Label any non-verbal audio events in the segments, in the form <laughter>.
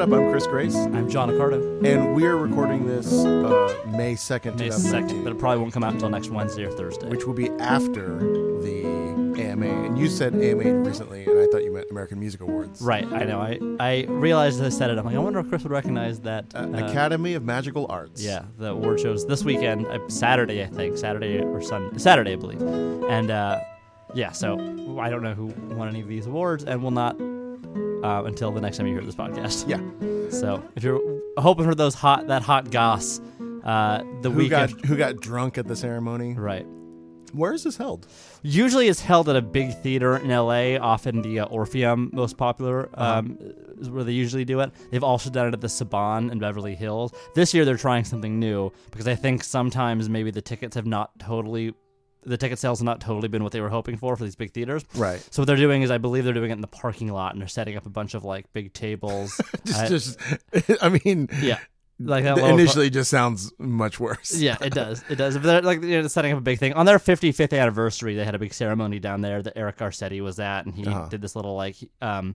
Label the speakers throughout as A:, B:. A: up? I'm Chris Grace,
B: I'm John Accardo.
A: and we are recording this uh, May 2nd,
B: May
A: 2019,
B: second, but it probably won't come out until next Wednesday or Thursday.
A: which will be after the AMA. And you said AMA recently, and I thought you meant American Music Awards.
B: right, I know. I I realized as I said it. I'm like, I wonder if Chris would recognize that.
A: Uh,
B: uh,
A: Academy of Magical Arts.
B: Yeah, the award shows this weekend, uh, Saturday, I think, Saturday or Sunday, Saturday, I believe. And uh, yeah, so I don't know who won any of these awards, and will not uh, until the next time you hear this podcast.
A: Yeah.
B: So if you're hoping for those hot, that hot goss, uh, the
A: Who
B: weekend,
A: got who got drunk at the ceremony?
B: right?
A: Where is this held?
B: Usually it's held at a big theater in LA, often the uh, Orpheum, most popular,
A: Uh-huh.
B: um, is where they usually do it. They've also done it at the Saban in Beverly Hills. This year they're trying something new because I think sometimes maybe the tickets have not totally, the ticket sales have not totally been what they were hoping for for these big theaters.
A: Right.
B: So what they're doing is I believe they're doing it in the parking lot and they're setting up a bunch of like big tables.
A: <laughs> Just,
B: I-
A: just <laughs> I mean,
B: yeah. Like that
A: the-
B: little-
A: initially just sounds much worse.
B: Yeah, it does. It does. But they're like you know, setting up a big thing on their 55th anniversary. They had a big ceremony down there that Eric Garcetti was at, and he
A: Uh-huh.
B: did this little like um.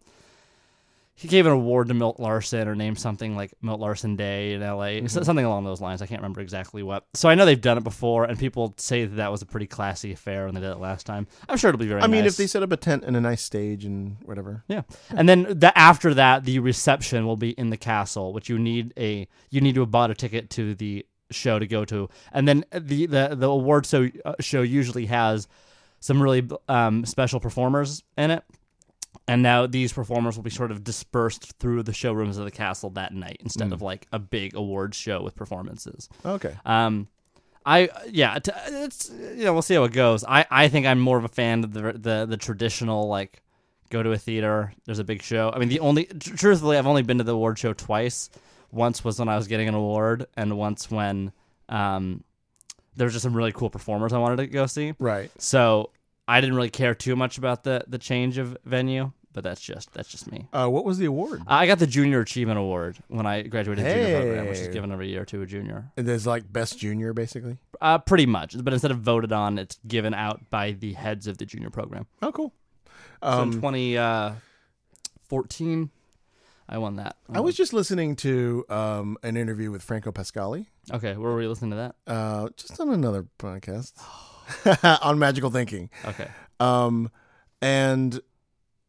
B: He gave an award to Milt Larson or named something like Milt Larson Day in L.A.
A: Mm-hmm.
B: so- something along those lines. I can't remember exactly what. So I know they've done it before, and people say that that was a pretty classy affair when they did it last time. I'm sure it'll be very.
A: I mean,
B: nice.
A: if they set up a tent and a nice stage and whatever.
B: Yeah. And then the, after that, the reception will be in the castle, which you need a you need to have bought a ticket to the show to go to. And then the the the award show uh, show usually has some really um, special performers in it. And now these performers will be sort of dispersed through the showrooms of the castle that night instead of like a big awards show with performances.
A: Okay.
B: Um, I yeah, t- it's you know we'll see how it goes. I I think I'm more of a fan of the the the traditional like go to a theater. There's a big show. I mean the only tr- truthfully I've only been to the award show twice. Once was when I was getting an award, and once when um there was just some really cool performers I wanted to go see.
A: Right.
B: So I didn't really care too much about the the change of venue, but that's just that's just me.
A: Uh, what was the award?
B: I got the Junior Achievement Award when I graduated junior program, which is
A: Hey.
B: given every year to a junior.
A: There's like best junior, basically.
B: Uh, pretty much, but instead of voted on, it's given out by the heads of the junior program.
A: Oh, cool.
B: So in
A: Um,
B: 2014, I won that.
A: I was just listening to um, an interview with Franco Pascali,
B: okay. Where were you listening to that?
A: uh, just on another podcast <laughs> on magical thinking,
B: Okay,
A: um, and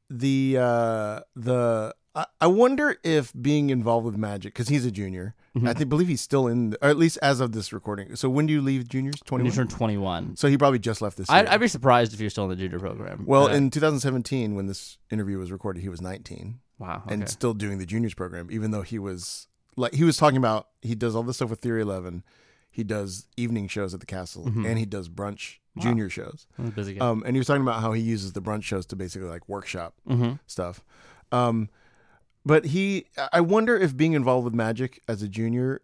A: the uh, the I, I wonder if being involved with magic because he's a junior.
B: Mm-hmm.
A: I think, believe he's still in, the, or at least as of this recording. So when do you leave juniors?
B: when
A: Twenty
B: you
A: one.
B: turn 21,
A: So he probably just left this.
B: I'd,
A: year.
B: I'd be surprised if you're still in the junior program.
A: well,
B: Uh,
A: in 2017, when this interview was recorded, he was 19.
B: wow, okay.
A: and still doing the juniors program, even though he was like he was talking about he does all this stuff with Theory Eleven, he does evening shows at the castle, and he does brunch junior shows.
B: That was a busy.
A: Um, and he was talking about how he uses the brunch shows to basically like workshop
B: mm-hmm.
A: stuff. Um, but he, I wonder if being involved with magic as a junior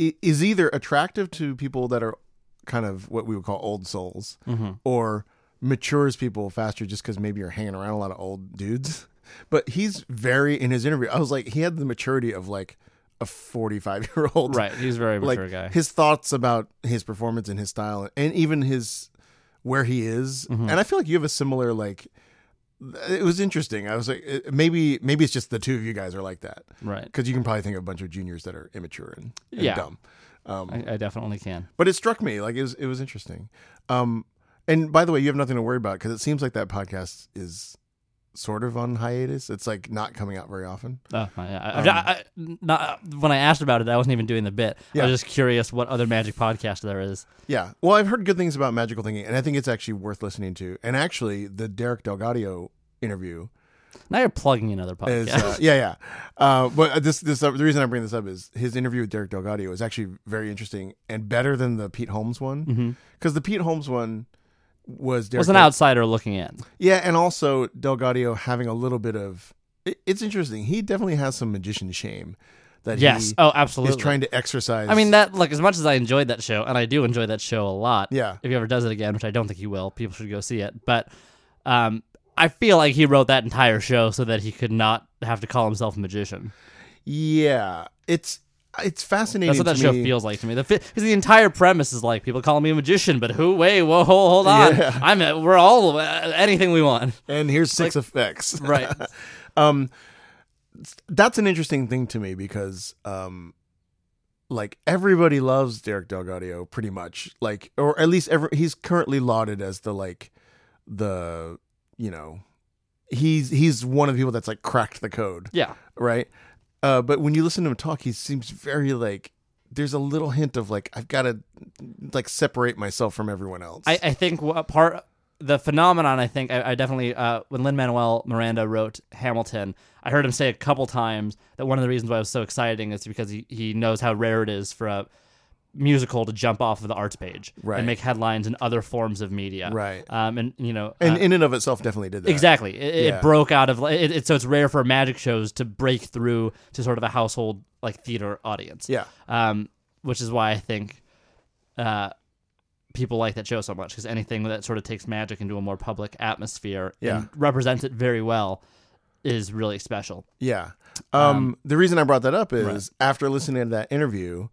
A: i- is either attractive to people that are kind of what we would call old souls,
B: mm-hmm.
A: or matures people faster just because maybe you're hanging around a lot of old dudes. <laughs> But he's very in his interview. I was like, he had the maturity of like a 45 year old,
B: Right, he's a very
A: <laughs> Like
B: mature guy.
A: his thoughts about his performance and his style, and even his where he is.
B: Mm-hmm.
A: And I feel like you have a similar like. It was interesting. I was like, eh, maybe maybe it's just the two of you guys are like that
B: right,
A: because you can probably think of a bunch of juniors that are immature and, and
B: Yeah.
A: dumb. Um,
B: I, I definitely can.
A: but it struck me like it was it was interesting. Um, and by the way, you have nothing to worry about because it seems like that podcast is sort of on hiatus. It's like not coming out very often.
B: Oh, I, I,
A: Um,
B: I've- I, I- not, uh, when I asked about it, I wasn't even doing the bit.
A: Yeah.
B: I was just curious what other magic podcast there is.
A: Yeah. Well, I've heard good things about magical thinking, and I think it's actually worth listening to. And actually, the Derek Delgadio interview
B: Now you're plugging another podcast.
A: is
B: <laughs>
A: uh, yeah yeah. Uh, but this this the reason I bring this up is his interview with Derek Delgadio is actually very interesting and better than the Pete Holmes one because the Pete Holmes one was Derek
B: was an
A: Del-
B: outsider looking in.
A: Yeah, and also Delgadio having a little bit of it, it's interesting. He definitely has some magician shame that
B: Yes.
A: he
B: oh,
A: is
B: absolutely.
A: trying to exercise.
B: I mean that like as much as I enjoyed that show, and I do enjoy that show a lot.
A: Yeah.
B: If he ever does it again, which I don't think he will, people should go see it. But um, I feel like he wrote that entire show so that he could not have to call himself a magician.
A: yeah, it's it's fascinating.
B: That's what that
A: to
B: show
A: me.
B: feels like to me. The because the entire premise is like people calling me a magician, but who? Wait, whoa, hold, hold on.
A: Yeah.
B: I'm a, we're all uh, anything we want.
A: And here's six effects.
B: Right.
A: um, that's an interesting thing to me because um like everybody loves Derek Delgadio pretty much like or at least every, he's currently lauded as the like the you know he's he's one of the people that's like cracked the code
B: <laughs> Yeah.
A: right uh but when you listen to him talk he seems very like there's a little hint of like I've got to like separate myself from everyone else
B: I, I think wha- part the phenomenon. I think I, I definitely uh, when Lin Manuel Miranda wrote Hamilton, I heard him say a couple times that one of the reasons why it was so exciting is because he, he knows how rare it is for a musical to jump off of the arts page
A: Right.
B: and make headlines in other forms of media.
A: Right.
B: Um, and you know,
A: and
B: uh,
A: in and of itself definitely did that
B: exactly, it, it
A: Yeah.
B: broke out of it, it. So it's rare for magic shows to break through to sort of a household like theater audience
A: yeah
B: um, which is why I think uh, people like that show so much because anything that sort of takes magic into a more public atmosphere
A: Yeah.
B: and represents it very well is really special.
A: Yeah. Um, the reason I brought that up is after listening to that interview,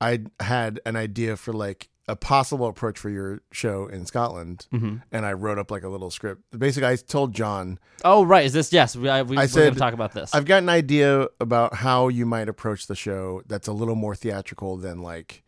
A: I had an idea for like a possible approach for your show in Scotland, and I wrote up like a little script. Basically, I told John
B: Oh, right. Is this yes? We, I, we,
A: I
B: we're going
A: said-
B: to talk about this.
A: I've got an idea about how you might approach the show that's a little more theatrical than like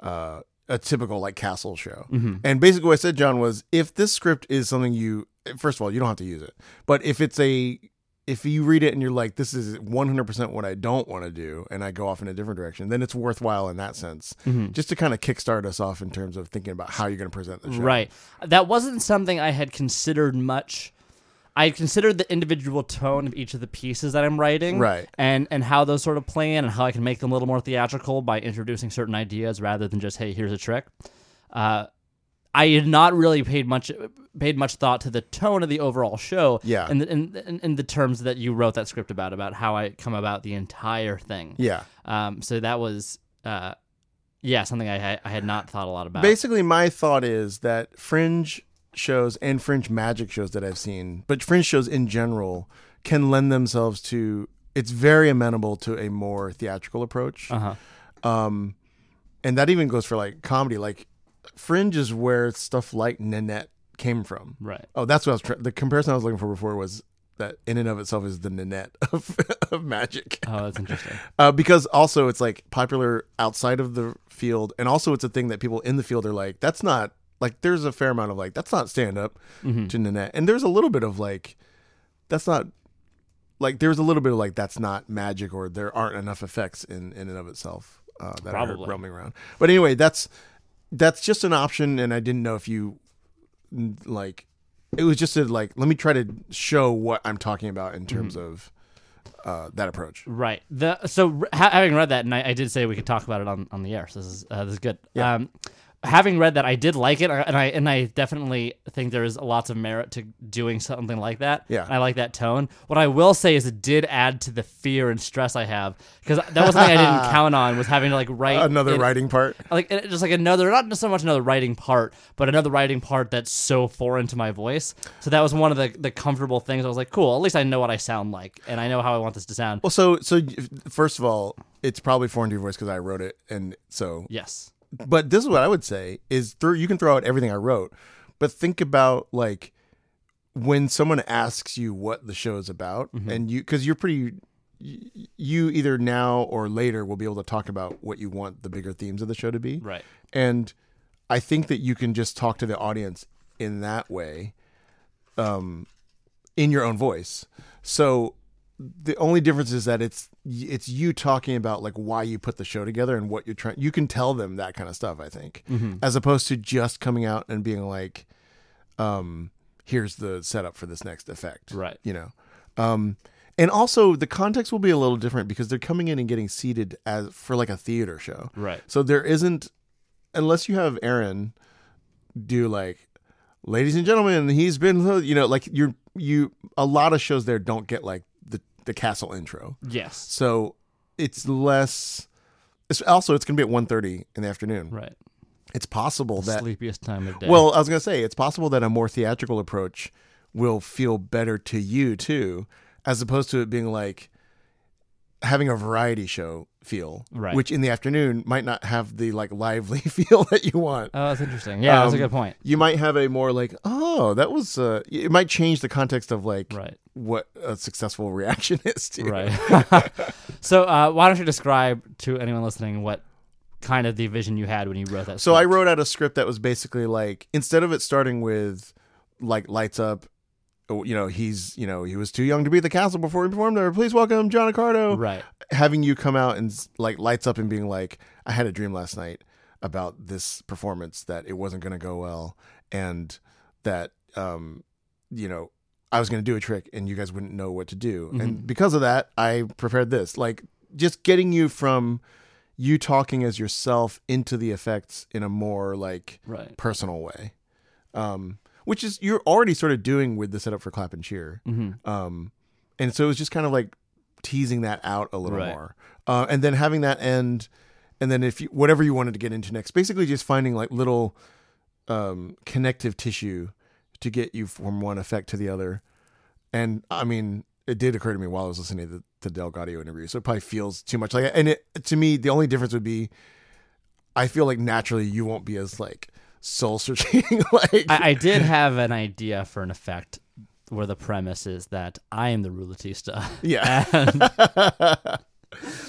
A: uh, a typical like castle show. And basically, what I said, John, was if this script is something you first of all you don't have to use it, but if it's a if you read it and you're like, this is 100% what I don't want to do, and I go off in a different direction, then it's worthwhile in that sense, just to kind of kickstart us off in terms of thinking about how you're going to present the show.
B: Right. That wasn't something I had considered much. I had considered the individual tone of each of the pieces that I'm writing,
A: Right.
B: And and how those sort of play in, and how I can make them a little more theatrical by introducing certain ideas rather than just hey, here's a trick. Uh, I had not really paid much paid much thought to the tone of the overall show,
A: Yeah.
B: and in, in, in the terms that you wrote that script about about how I come about the entire thing.
A: Yeah.
B: Um. So that was uh, yeah, something I had, I had not thought a lot about.
A: Basically, my thought is that fringe shows and fringe magic shows that I've seen, but fringe shows in general, can lend themselves to. It's very amenable to a more theatrical approach,
B: uh-huh.
A: um, and that even goes for like comedy. Like, fringe is where stuff like Nanette came from.
B: Right.
A: Oh, that's what I was. Tra- the comparison I was looking for before was that in and of itself is the Nanette <laughs> of, of magic
B: Oh, that's interesting.
A: uh, because also it's like popular outside of the field, and also it's a thing that people in the field are like, that's not like there's a fair amount of like that's not stand up to Nanette, and there's a little bit of like that's not like there's a little bit of like that's not magic or there aren't enough effects in in and of itself uh, that
B: Probably.
A: are roaming around. But anyway, that's that's just an option, and I didn't know if you like it was just a, like let me try to show what I'm talking about in terms of uh, that approach.
B: Right. The so ha- having read that, and I, I did say we could talk about it on, on the air. So this is uh, this is good. Um, having read that, I did like it, and I and I definitely think there is lots of merit to doing something like that.
A: Yeah.
B: And I like that tone. What I will say is, it did add to the fear and stress I have because that was something
A: <laughs>
B: I didn't count on was having to like write
A: Another
B: in-
A: writing part.
B: like it- just like another not so much another writing part but another writing part that's so foreign to my voice so that was one of the, the comfortable things i was like cool at least i know what i sound like and i know how i want this to sound
A: Well, so so y- first of all, it's probably foreign to your voice because I wrote it, and so.
B: yes
A: But this is what I would say is through you can throw out everything I wrote, but think about like when someone asks you what the show is about, and you because you're pretty. y- You either now or later will be able to talk about what you want the bigger themes of the show to be.
B: right
A: And I think that you can just talk to the audience in that way, um, in your own voice. So the only difference is that it's it's you talking about like why you put the show together and what you're trying. You can tell them that kind of stuff. I think, as opposed to just coming out and being like, um, "Here's the setup for this next effect."
B: Right.
A: You know. Um, and also the context will be a little different because they're coming in and getting seated as for like a theater show.
B: right
A: So there isn't, unless you have Aaron do like, ladies and gentlemen, he's been, you know, like you're, you, a lot of shows there don't get like the, the castle intro.
B: yes
A: So it's less, it's also, it's going to be at 1.30 in the afternoon.
B: right
A: It's possible that,
B: sleepiest time of day
A: well, I was going to say, it's possible that a more theatrical approach will feel better to you too, as opposed to it being like having a variety show feel,
B: Right.
A: which in the afternoon might not have the like lively <laughs> feel that you want.
B: Oh, that's interesting. Yeah, that's a
A: Um,
B: good point.
A: You might have a more like, oh, that was. Uh, it might change the context of like <laughs>
B: Right.
A: what a successful <laughs> reaction is to.
B: Right. <laughs> so, uh, why don't you describe to anyone listening what kind of the vision you had when you wrote that?
A: So I
B: script?
A: wrote out a script that was basically like instead of it starting with like lights up, oh, you know, he's you know he was too young to be at the castle before he performed there. Please welcome John Accardo.
B: Right.
A: having you come out and like lights up and being like, I had a dream last night about this performance that it wasn't going to go well, and that um, you know, I was going to do a trick and you guys wouldn't know what to do, and because of that, I prepared this. Like just getting you from you talking as yourself into the effects in a more like
B: Right.
A: personal way, um, which is you're already sort of doing with the setup for clap and cheer.
B: Mm-hmm.
A: Um, and so it was just kind of like teasing that out a little
B: Right.
A: more, uh, and then having that end, and then if you, whatever you wanted to get into next, basically just finding like little um, connective tissue to get you from one effect to the other. And I mean, it did occur to me while I was listening to the, the Delgado interview, so it probably feels too much like. And it to me, the only difference would be, I feel like naturally you won't be as like soul searching <laughs> like
B: I, I did have an idea for an effect where the premise is that I am the ruletista. <laughs>
A: Yeah.
B: And- um,
A: <laughs>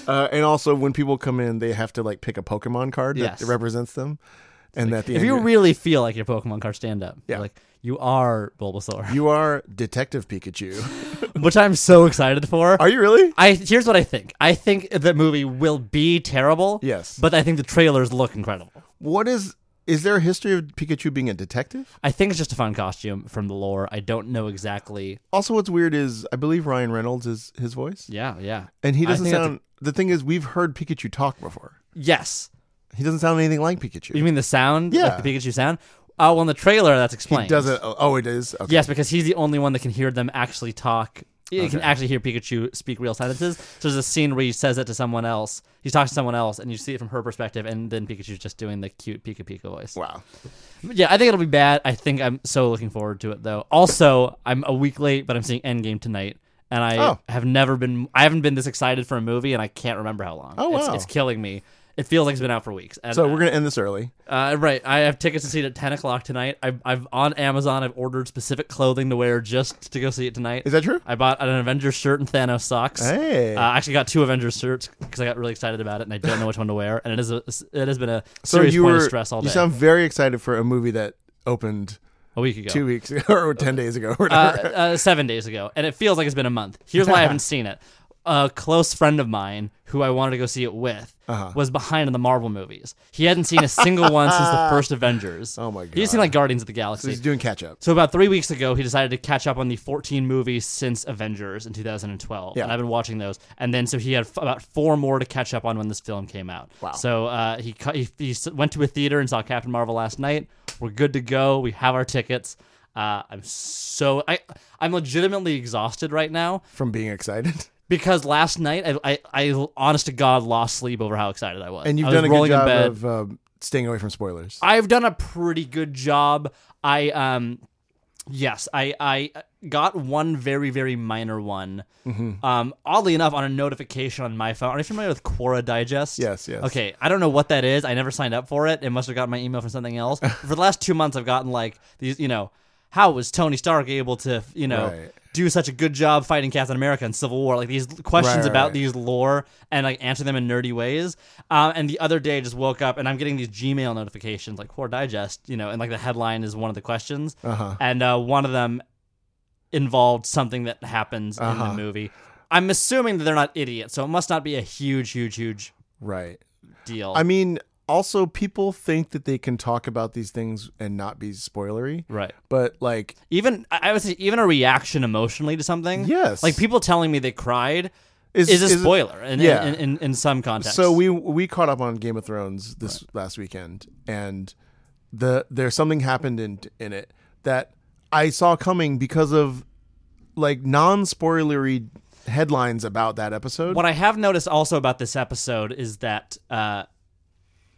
A: Uh, and also, when people come in, they have to like pick a Pokemon card that
B: Yes.
A: represents them, and that the
B: if
A: end
B: you
A: you're-
B: really feel like your Pokemon card stand up,
A: Yeah.
B: like you are Bulbasaur, <laughs>
A: you are Detective Pikachu. <laughs>
B: which I'm so excited for.
A: Are you really?
B: I here's what I think. I think the movie will be terrible.
A: Yes.
B: But I think the trailers look incredible.
A: What is? Is there a history of Pikachu being a detective?
B: I think it's just a fun costume from the lore. I don't know exactly.
A: Also, what's weird is I believe Ryan Reynolds is his voice,
B: Yeah, yeah.
A: and he
B: I
A: doesn't
B: think that's
A: sound. The thing is, we've heard Pikachu talk before.
B: Yes.
A: He doesn't sound anything like Pikachu.
B: You mean the sound?
A: Yeah.
B: Like the Pikachu sound? Oh, well, in the trailer, that's explained.
A: He doesn't. Oh, oh, it is. Okay.
B: Yes, because he's the only one that can hear them actually talk. You can actually hear Pikachu speak real sentences. So there's a scene where he says it to someone else. He talks to someone else, and you see it from her perspective, and then Pikachu's just doing the cute Pika Pika voice.
A: Wow.
B: Yeah, I think it'll be bad. I think I'm so looking forward to it though. Also, I'm a week late, but I'm seeing Endgame tonight, and I
A: Oh.
B: have never been. I haven't been this excited for a movie, and I can't remember how long.
A: Oh,
B: It's-
A: wow.
B: it's, killing me. It feels like it's been out for weeks. And
A: So we're gonna end this early.
B: uh, right. I have tickets to see it at ten o'clock tonight. I've, I've on Amazon. I've ordered specific clothing to wear just to go see it tonight.
A: Is that true?
B: I bought an Avengers shirt and Thanos socks.
A: Hey.
B: Uh, I actually got two Avengers shirts because I got really excited about it, and I don't know which one to wear. And it is a, it has been a
A: so
B: serious
A: you
B: point
A: were.
B: of stress all day.
A: You sound very excited for a movie that opened
B: a week ago.
A: two weeks <laughs> ago or ten days ago. Or
B: uh,
A: <laughs> whatever.
B: uh, seven days ago, and it feels like it's been a month. Here's why
A: <laughs>
B: I haven't seen it. A close friend of mine who I wanted to go see it with
A: Uh-huh.
B: was behind on the Marvel movies. He hadn't seen a single one
A: <laughs>
B: since the first Avengers.
A: Oh my
B: He's seen
A: God.
B: like Guardians of the Galaxy.
A: He's doing catch up.
B: So about three weeks ago, he decided to catch up on the 14 movies since Avengers in 2012.
A: Yeah.
B: And I've been watching those, and then so he had f- about four more to catch up on when this film came out.
A: Wow.
B: So uh, he, cu- he he s- went to a theater and saw Captain Marvel last night. We're good to go. We have our tickets. Uh, I'm so I I'm legitimately exhausted right now
A: from being excited. <laughs>
B: because last night I I, I honest to god lost sleep over how excited I was.
A: And you've
B: I was
A: done a good
B: rolling in
A: job
B: bed.
A: of um, staying away from spoilers.
B: I've done a pretty good job. I um yes, I I got one very very minor one.
A: Mm-hmm.
B: Um oddly enough on a notification on my phone. Are you familiar with Quora Digest?
A: Yes, yes.
B: Okay, I don't know what that is. I never signed up for it. It must have gotten my email from something
A: <laughs>
B: else. for the last 2 months I've gotten like these, you know, how was Tony Stark able to, you know,
A: Right.
B: do such a good job fighting Captain America in Civil War? Like these questions
A: Right, right,
B: about
A: right.
B: these these lore and like answer them in nerdy ways. Um, and the other day, I just woke up and I'm getting these Gmail notifications like Core Digest, you know, and like the headline is one of the questions,
A: Uh-huh.
B: and uh, one of them involved something that happens in
A: Uh-huh.
B: the movie. I'm assuming that they're not idiots, so it must not be a huge, huge, huge
A: Right.
B: deal.
A: I mean, also people think that they can talk about these things and not be spoilery,
B: right.
A: but like
B: Even I I would say even a reaction emotionally to something.
A: Yes.
B: Like people telling me they cried is a spoiler in,
A: yeah.
B: in, in, in some context.
A: So we we caught up on Game of Thrones this last weekend, and the there's something happened in in it that I saw coming because of like non spoilery headlines about that episode.
B: What I have noticed also about this episode is that uh,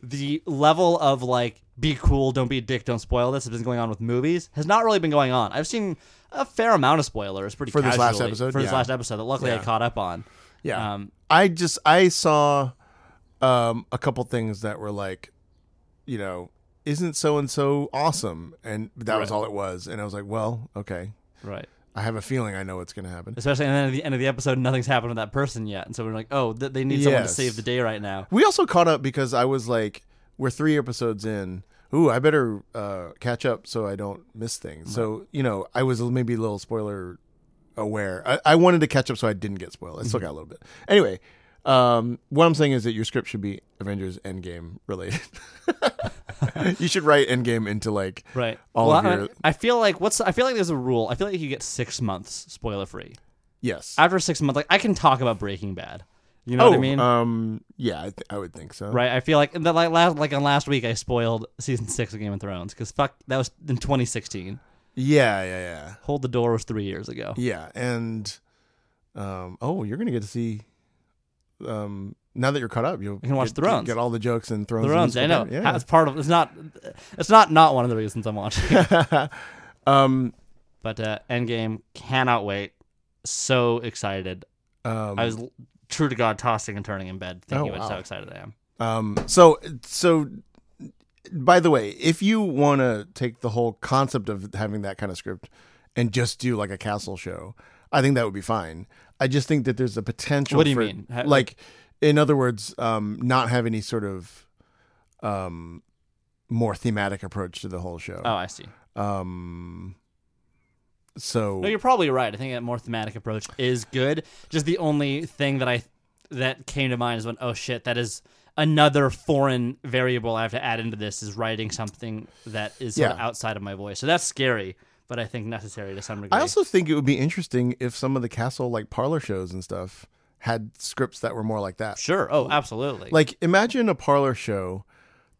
B: the level of like be cool, don't be a dick, don't spoil this has been going on with movies has not really been going on. I've seen a fair amount of spoilers pretty
A: For this last
B: casually
A: episode?
B: for this
A: Yeah.
B: last episode that luckily I
A: Yeah.
B: caught up on.
A: Yeah.
B: Um,
A: I just I saw um, a couple things that were like, you know, isn't so and so awesome? And that was
B: Right.
A: all it was. And I was like, well, okay.
B: Right.
A: I have a feeling I know what's going to happen.
B: Especially and then at the end of the episode, nothing's happened to that person yet, and so we're like, oh, th- they need someone to
A: Yes.
B: save the day right now.
A: We also caught up because I was like, we're three episodes in. Ooh, I better uh, catch up so I don't miss things. So you know, I was maybe a little spoiler aware. I, I wanted to catch up so I didn't get spoiled. I still
B: Mhm.
A: got a little bit. Anyway, um, what I'm saying is that your script should be Avengers Endgame related. <laughs> you should write Endgame into like
B: Right.
A: All
B: well,
A: of
B: I-
A: your-
B: I, feel like what's I feel like there's a rule. I feel like you get six months spoiler free.
A: yes.
B: After six months, like I can talk about Breaking Bad. You know what I mean?
A: um, yeah, I, th- I would think so.
B: right. I feel like and then like last like on last week, I spoiled season six of Game of Thrones because fuck, that was in 2016.
A: Yeah, yeah, yeah,
B: Hold the door was three years ago.
A: yeah. And um, oh, you're gonna get to see. Um, now that you're caught up, you'll
B: You can watch
A: get,
B: Thrones.
A: Get all the jokes and Thrones.
B: Thrones, I
A: and
B: know.
A: Superman.
B: Yeah. It's part of it's not it's not not one of the reasons I'm watching.
A: <laughs> Yeah. um,
B: but uh, Endgame cannot wait. So excited.
A: um,
B: I was l- true to god tossing and turning in bed thinking
A: Oh,
B: about how
A: wow.
B: excited I am.
A: Um, so, so, by the way, if you want to take the whole concept of having that kind of script and just do like a castle show, I think that would be fine. I just think that there's a potential.
B: What do you
A: for-
B: mean? Ha-
A: Like, in other words, um, not have any sort of um, more thematic approach to the whole show.
B: Oh, I see.
A: Um, so
B: No, you're probably right. I think that more thematic approach is good. Just the only thing that I that came to mind is when oh shit, that is another foreign variable I have to add into this is writing something that is sort of
A: Yeah.
B: outside of my voice. So that's scary, but I think necessary to some degree.
A: I also think it would be interesting if some of the castle like parlor shows and stuff had scripts that were more like that.
B: sure. Oh, absolutely.
A: Like imagine a parlor show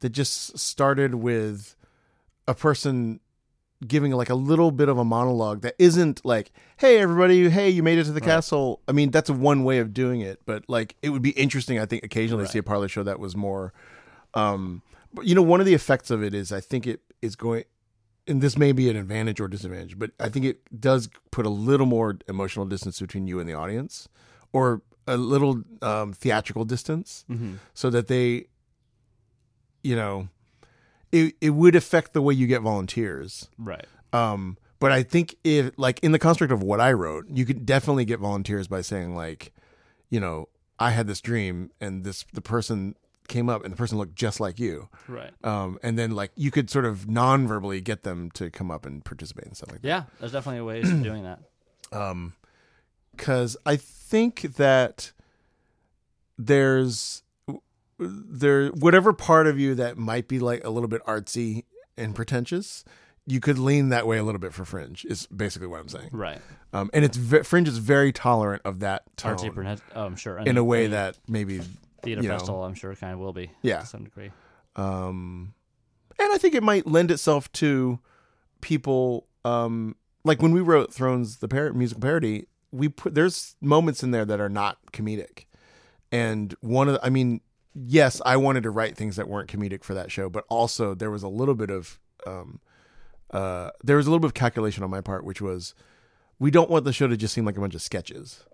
A: that just started with a person giving like a little bit of a monologue that isn't like, "Hey everybody, hey, you made it to the castle." I mean, that's one way of doing it, but like it would be interesting I think occasionally to see a parlor show that was more um but you know, one of the effects of it is I think it is going and this may be an advantage or disadvantage, but I think it does put a little more emotional distance between you and the audience, or a little um, theatrical distance,
B: Mm-hmm.
A: so that they, you know, it it would affect the way you get volunteers.
B: right.
A: Um, but I think if like in the construct of what I wrote, you could definitely get volunteers by saying like, you know, I had this dream and this the person came up and the person looked just like you
B: Right.
A: um, and then like you could sort of non-verbally get them to come up and participate and stuff like that.
B: Yeah, there's definitely ways of doing that.
A: Because I think that there's there whatever part of you that might be like a little bit artsy and pretentious, you could lean that way a little bit for Fringe. Is basically what I'm saying.
B: <clears throat> Right.
A: Um, and it's ve- Fringe is very tolerant of that tone
B: Artsy Burnett. Oh, I'm sure.
A: in
B: Any-
A: a way
B: any
A: that maybe
B: theater
A: you know.
B: festival, I'm sure, kind of will be.
A: Yeah.
B: To some degree.
A: um, and I think it might lend itself to people um, like when we wrote Thrones the par- musical parody. We put there's moments in there that are not comedic, and one of the, I mean, yes, I wanted to write things that weren't comedic for that show, but also there was a little bit of um, uh, there was a little bit of calculation on my part, which was we don't want the show to just seem like a bunch of sketches.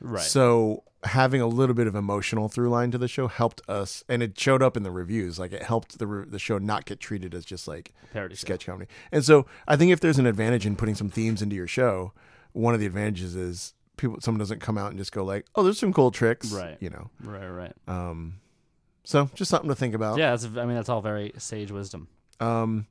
B: Right.
A: So having a little bit of emotional through line to the show helped us, and it showed up in the reviews. Like it helped the re- the show not get treated as just like
B: Parody show.
A: sketch comedy. And so I think if there's an advantage in putting some themes into your show, one of the advantages is people someone doesn't come out and just go like, "Oh, there's some cool tricks,"
B: Right.
A: You know.
B: right. Right.
A: Um, so just something to think about.
B: Yeah. That's. I mean, that's all very sage wisdom.
A: Um,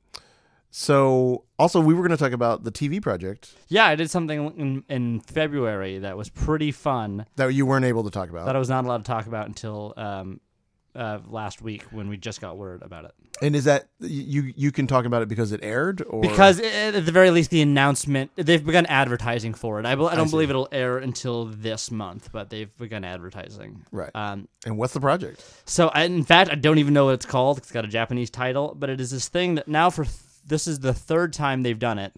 A: so also we were going to talk about the TV project
B: Yeah, I did something in, in February that was pretty fun
A: that you weren't able to talk about,
B: that I was not allowed to talk about until um, uh, last week when we just got word about it.
A: and is that you you can talk about it because it aired or
B: Because i at the very least, the announcement they've begun advertising for it. I, bel I don't
A: see.
B: believe it'll air until this month, but they've begun advertising.
A: right
B: Um,
A: and what's the project?
B: So, I, in fact, I don't even know what it's called. It's got a Japanese title, but it is this thing that now for th- this is the third time they've done it.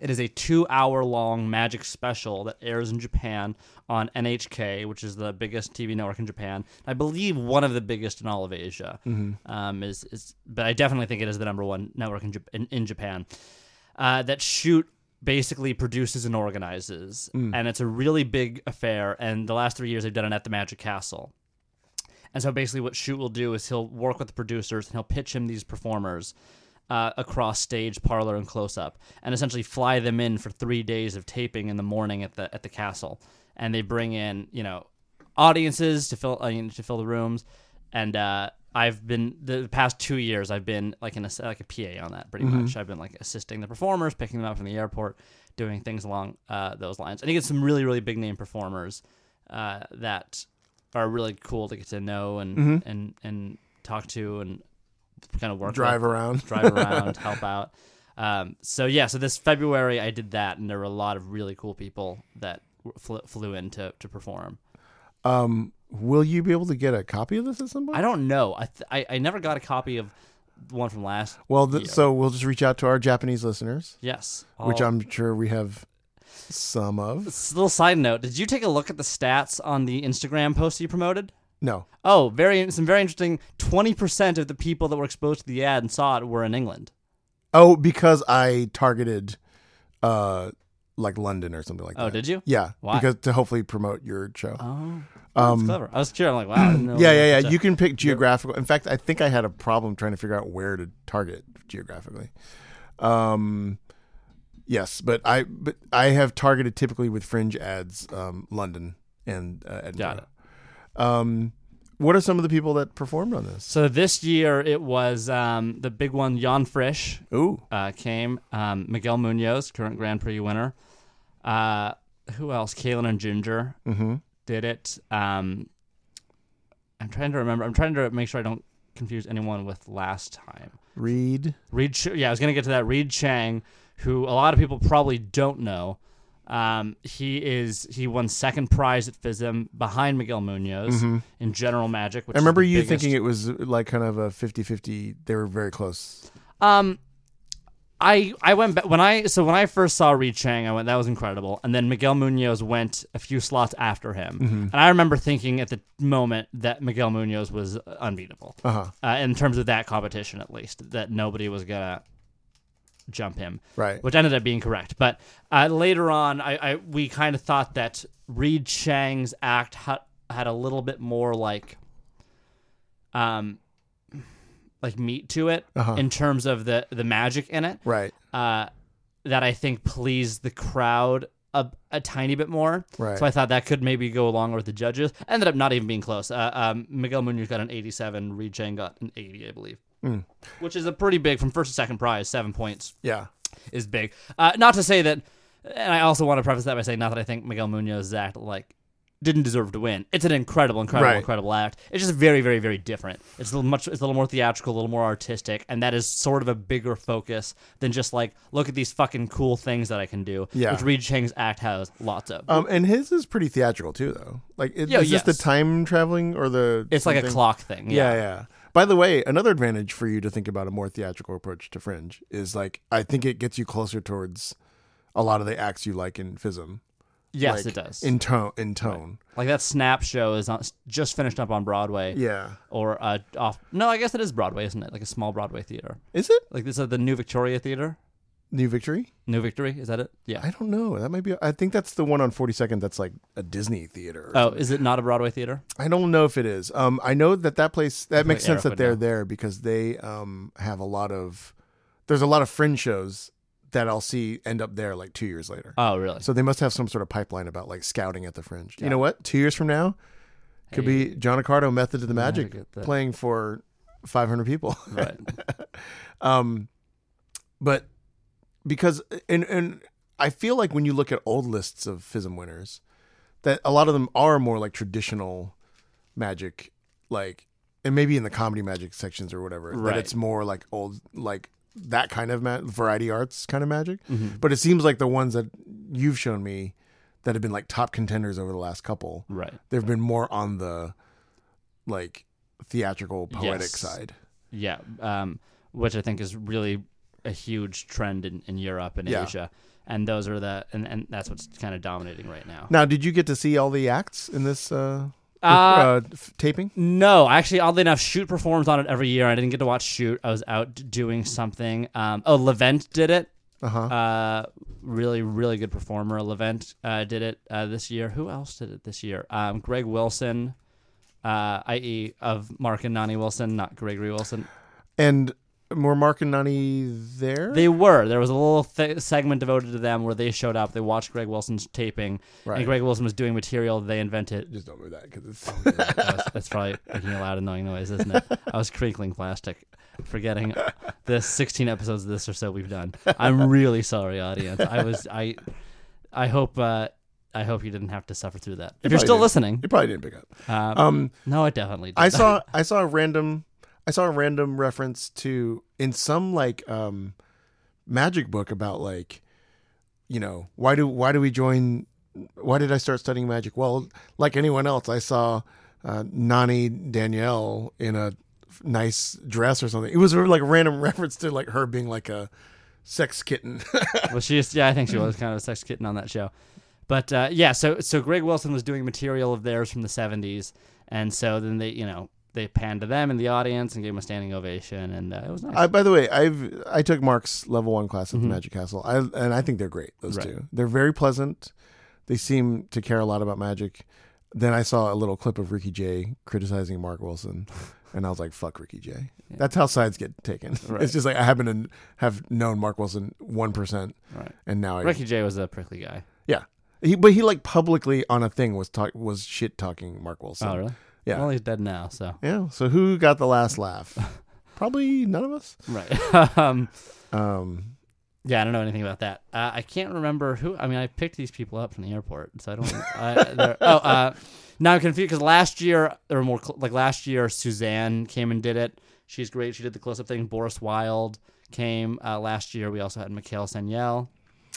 B: It is a two-hour-long magic special that airs in Japan on NHK, which is the biggest TV network in Japan. I believe one of the biggest in all of Asia. Um, is, is but I definitely think it is the number one network in, Jap- in, in Japan uh, that shoot basically produces and organizes and it's a really big affair and the last three years they've done it at the magic castle And so basically, what Shoot will do is he'll work with the producers and he'll pitch him these performers uh, across stage, parlor, and close up, and essentially fly them in for three days of taping in the morning at the at the castle. And they bring in you know audiences to fill I mean, to fill the rooms, and uh, I've been the past two years I've been like an ass- like a PA on that pretty much. I've been like assisting the performers, picking them up from the airport, doing things along uh, those lines. And you get some really really big name performers uh, that are really cool to get to know and
A: Mm-hmm.
B: and and talk to and kind of work with
A: drive around. <laughs>
B: drive around, help out. Um, so yeah, so this February I did that, and there were a lot of really cool people that w- flew, flew in to, to perform.
A: Um, will you be able to get a copy of this at some point?
B: I don't know. I th- I, I never got a copy of the one from last.
A: well, th-
B: Yeah. Oh.
A: so we'll just reach out to our Japanese listeners,
B: Yes.
A: which
B: I'll-
A: I'm sure we
B: <laughs>
A: have some of.
B: S- Little side note: Did you take a look at the stats on the Instagram post you promoted?
A: No.
B: Oh, very some very interesting. Twenty percent of the people that were exposed to the ad and saw it were in England.
A: Oh, because I targeted, uh, like London or something like that.
B: Oh, did you?
A: Yeah,
B: Why?
A: because to hopefully promote your show.
B: Oh, that's clever. I was curious. I'm like, wow. I didn't know
A: Um, <clears throat> yeah,
B: that
A: yeah,
B: such
A: yeah.
B: Oh, a-
A: You can pick geographical. In fact, I think I had a problem trying to figure out where to target geographically. Um, yes, but I but I have targeted typically with fringe ads, um, London and uh, Edinburgh.
B: Got
A: Um, what are some of the people that performed on this?
B: So this year it was um, the big one, Jan Frisch,
A: Ooh,
B: uh, came. Um, Miguel Munoz, current Grand Prix winner. Uh, who else? Kalen and Ginger
A: Mm-hmm.
B: did it. Um, I'm trying to remember. I'm trying to make sure I don't confuse anyone with last time.
A: Reed.
B: Reed, Ch- yeah, I was gonna get to that. Reed Chang, who a lot of people probably don't know. Um, he is he won second prize at FISM behind Miguel Munoz in General Magic. Which
A: Mm-hmm. I remember
B: is the
A: you
B: biggest-
A: thinking it was uh, like kind of a 50-50. They were very close.
B: Um, I I went back when I so when I first saw Reed Chang, I went that was incredible, and then Miguel Munoz went a few slots after him,
A: Mm-hmm.
B: and I remember thinking at the moment that Miguel Munoz was unbeatable
A: Uh-huh.
B: uh, in terms of that competition, at least that nobody was gonna jump him,
A: Right.
B: Which ended up being correct, but uh, later on, I, I we kind of thought that Reed Chang's act had had a little bit more like, um, like meat to it in terms of the the magic in it
A: Right.
B: uh, that I think pleased the crowd a, a tiny bit more.
A: Right.
B: So I thought that could maybe go along with the judges. Ended up not even being close. Uh, um, Miguel Munoz got an 87. Reed Chang got an 80, I believe. Which is a pretty big from first to second prize, seven points
A: Yeah.
B: is big. Uh, not to say that, and I also want to preface that by saying not that I think Miguel Munoz's act like didn't deserve to win. It's an incredible, incredible,
A: Right.
B: incredible act. It's just very, very, very different. It's a little much. It's a little more theatrical, a little more artistic, and that is sort of a bigger focus than just like look at these fucking cool things that I can do.
A: Yeah.
B: which Reed Chang's act has lots of.
A: Um, and his is pretty theatrical too, though. Like, it,
B: Yeah,
A: is this
B: yes.
A: the time traveling or the?
B: it's like a
A: something?
B: clock thing.
A: Yeah, yeah. By the way, another advantage for you to think about a more theatrical approach to Fringe is like I think it gets you closer towards a lot of the acts you like in FISM.
B: Yes,
A: like,
B: it does.
A: In tone, in tone.
B: like that Snap show is not, just finished up on Broadway.
A: Yeah.
B: Or uh, off. No, I guess it is Broadway, isn't it? Like a small Broadway theater.
A: Is it
B: Like this is the New Victoria Theater.
A: New Victory?
B: New Victory? Is that it? Yeah.
A: I don't know. That might be. I think that's the one on Forty Second. That's like a Disney theater. or
B: Oh, is it not a Broadway theater?
A: I don't know if it is. Um, I know that that place that makes sense
B: Eric
A: that
B: would
A: they're
B: know.
A: there because they um have a lot of there's a lot of fringe shows that I'll see end up there like two years later.
B: Oh, really?
A: so they must have some sort of pipeline about like scouting at the fringe. You know what? Two years from now, could be John Accardo Method to the Magic
B: get that.
A: playing for 500 people.
B: right.
A: um, but because and and I feel like when you look at old lists of FISM winners, that a lot of them are more like traditional magic, like and maybe in the comedy magic sections or whatever.
B: Right.
A: That it's more like old like that kind of ma- variety arts kind of magic.
B: Mm-hmm.
A: But it seems like the ones that you've shown me that have been like top contenders over the last couple,
B: Right.
A: they've been more on the like theatrical poetic
B: Yes.
A: side.
B: Yeah. Um, which I think is really a huge trend in, in Europe and
A: Yeah.
B: Asia. And those are the and, and that's what's kind of dominating right now.
A: Now, did you get to see all the acts in this uh, uh, f- taping?
B: No, actually, oddly enough, Shoot performs on it every year. I didn't get to watch Shoot. I was out d- doing something. Um, oh, Levent did it.
A: Uh-huh.
B: Uh, really, really good performer. Levent uh, did it uh, this year. Who else did it this year? Um, Greg Wilson uh, i.e., of Mark and Nani Wilson, not Gregory Wilson.
A: And more Mark and Nani there?
B: They were. There was a little th- segment devoted to them where they showed up. They watched Greg Wilson's taping,
A: Right.
B: and Greg Wilson was doing material they invented.
A: Just don't move that because <laughs> it's.
B: That was- that's probably making a loud, annoying noise, isn't it? I was crinkling plastic, forgetting the 16 episodes of this or so we've done. I'm really sorry, audience. I was. I. I hope. Uh, I hope you didn't have to suffer through that. If you're
A: probably
B: still
A: did.
B: listening,
A: you probably didn't pick up.
B: uh,
A: Um,
B: no, I definitely. Did.
A: I saw I saw a random I saw a random reference to in some like um magic book about like you know why do why do we join why did I start studying magic? Well, like anyone else, I saw uh, Nani Danielle in a nice dress or something. It was sort of like a random <laughs> reference to like her being like a sex kitten. <laughs>
B: well, she just yeah, I think she was kind of a sex kitten on that show. But uh, yeah, so so Greg Wilson was doing material of theirs from the '70s, and so then they you know they panned to them in the audience and gave them a standing ovation, and uh, it was nice.
A: I, by the way, I've I took Mark's level one class at the Magic Castle, I, and I think they're great. Those
B: Mm-hmm. Right.
A: two, they're very pleasant. They seem to care a lot about magic. Then I saw a little clip of Ricky Jay criticizing Mark
B: <laughs>
A: Wilson, and I was like, "Fuck Ricky Jay." That's how sides get taken. <laughs> It's just like I happen to have known Mark Wilson one percent,
B: Right.
A: and now I
B: Ricky Jay was a prickly guy.
A: yeah. He, but he like publicly on a thing was talk was shit talking Mark Wilson.
B: Oh really?
A: Yeah.
B: Well, he's dead
A: <laughs>
B: now, so
A: Yeah. So who got the last laugh? <laughs> Probably none of us.
B: right. <laughs> um,
A: Um,
B: yeah, I don't know anything about that. Uh, I can't remember who. I mean, I picked these people up from the airport, so I don't. I, they're- oh, uh, now I'm confused because last year there were more cl- like last year Suzanne came and did it. She's great. She did the close-up thing. Boris Wilde came uh, last year. We also had Mikhail Sanyel,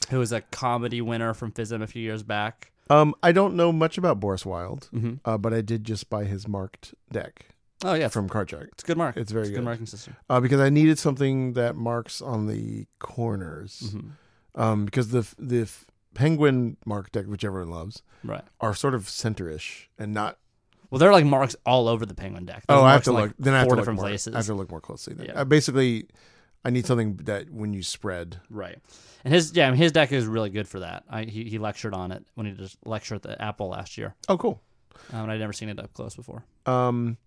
B: who was a comedy winner from FISM a few years back.
A: Um, I don't know much about Boris Wilde,
B: Mhm.
A: uh, but I did just buy his marked deck
B: Oh yeah, it's,
A: from Karchak
B: it's a good mark.
A: it's very
B: a
A: good.
B: good marking system.
A: uh, because I needed something that marks on the corners. Um, because the f- the f- penguin marked deck, which everyone loves,
B: Right.
A: are sort of centerish and not.
B: Well, there are like marks all over the penguin deck. There's
A: oh, I have
B: marks
A: to
B: in,
A: look.
B: like,
A: then I have
B: four
A: to look
B: different
A: more,
B: places.
A: I have to look more closely. Then.
B: Yeah.
A: Uh, basically, I need something that when you spread,
B: Right. And his yeah, I mean, his deck is really good for that. I he, he lectured on it when he just lectured at the Apple last year.
A: oh, cool.
B: Um, and I'd never seen it up close before.
A: Um,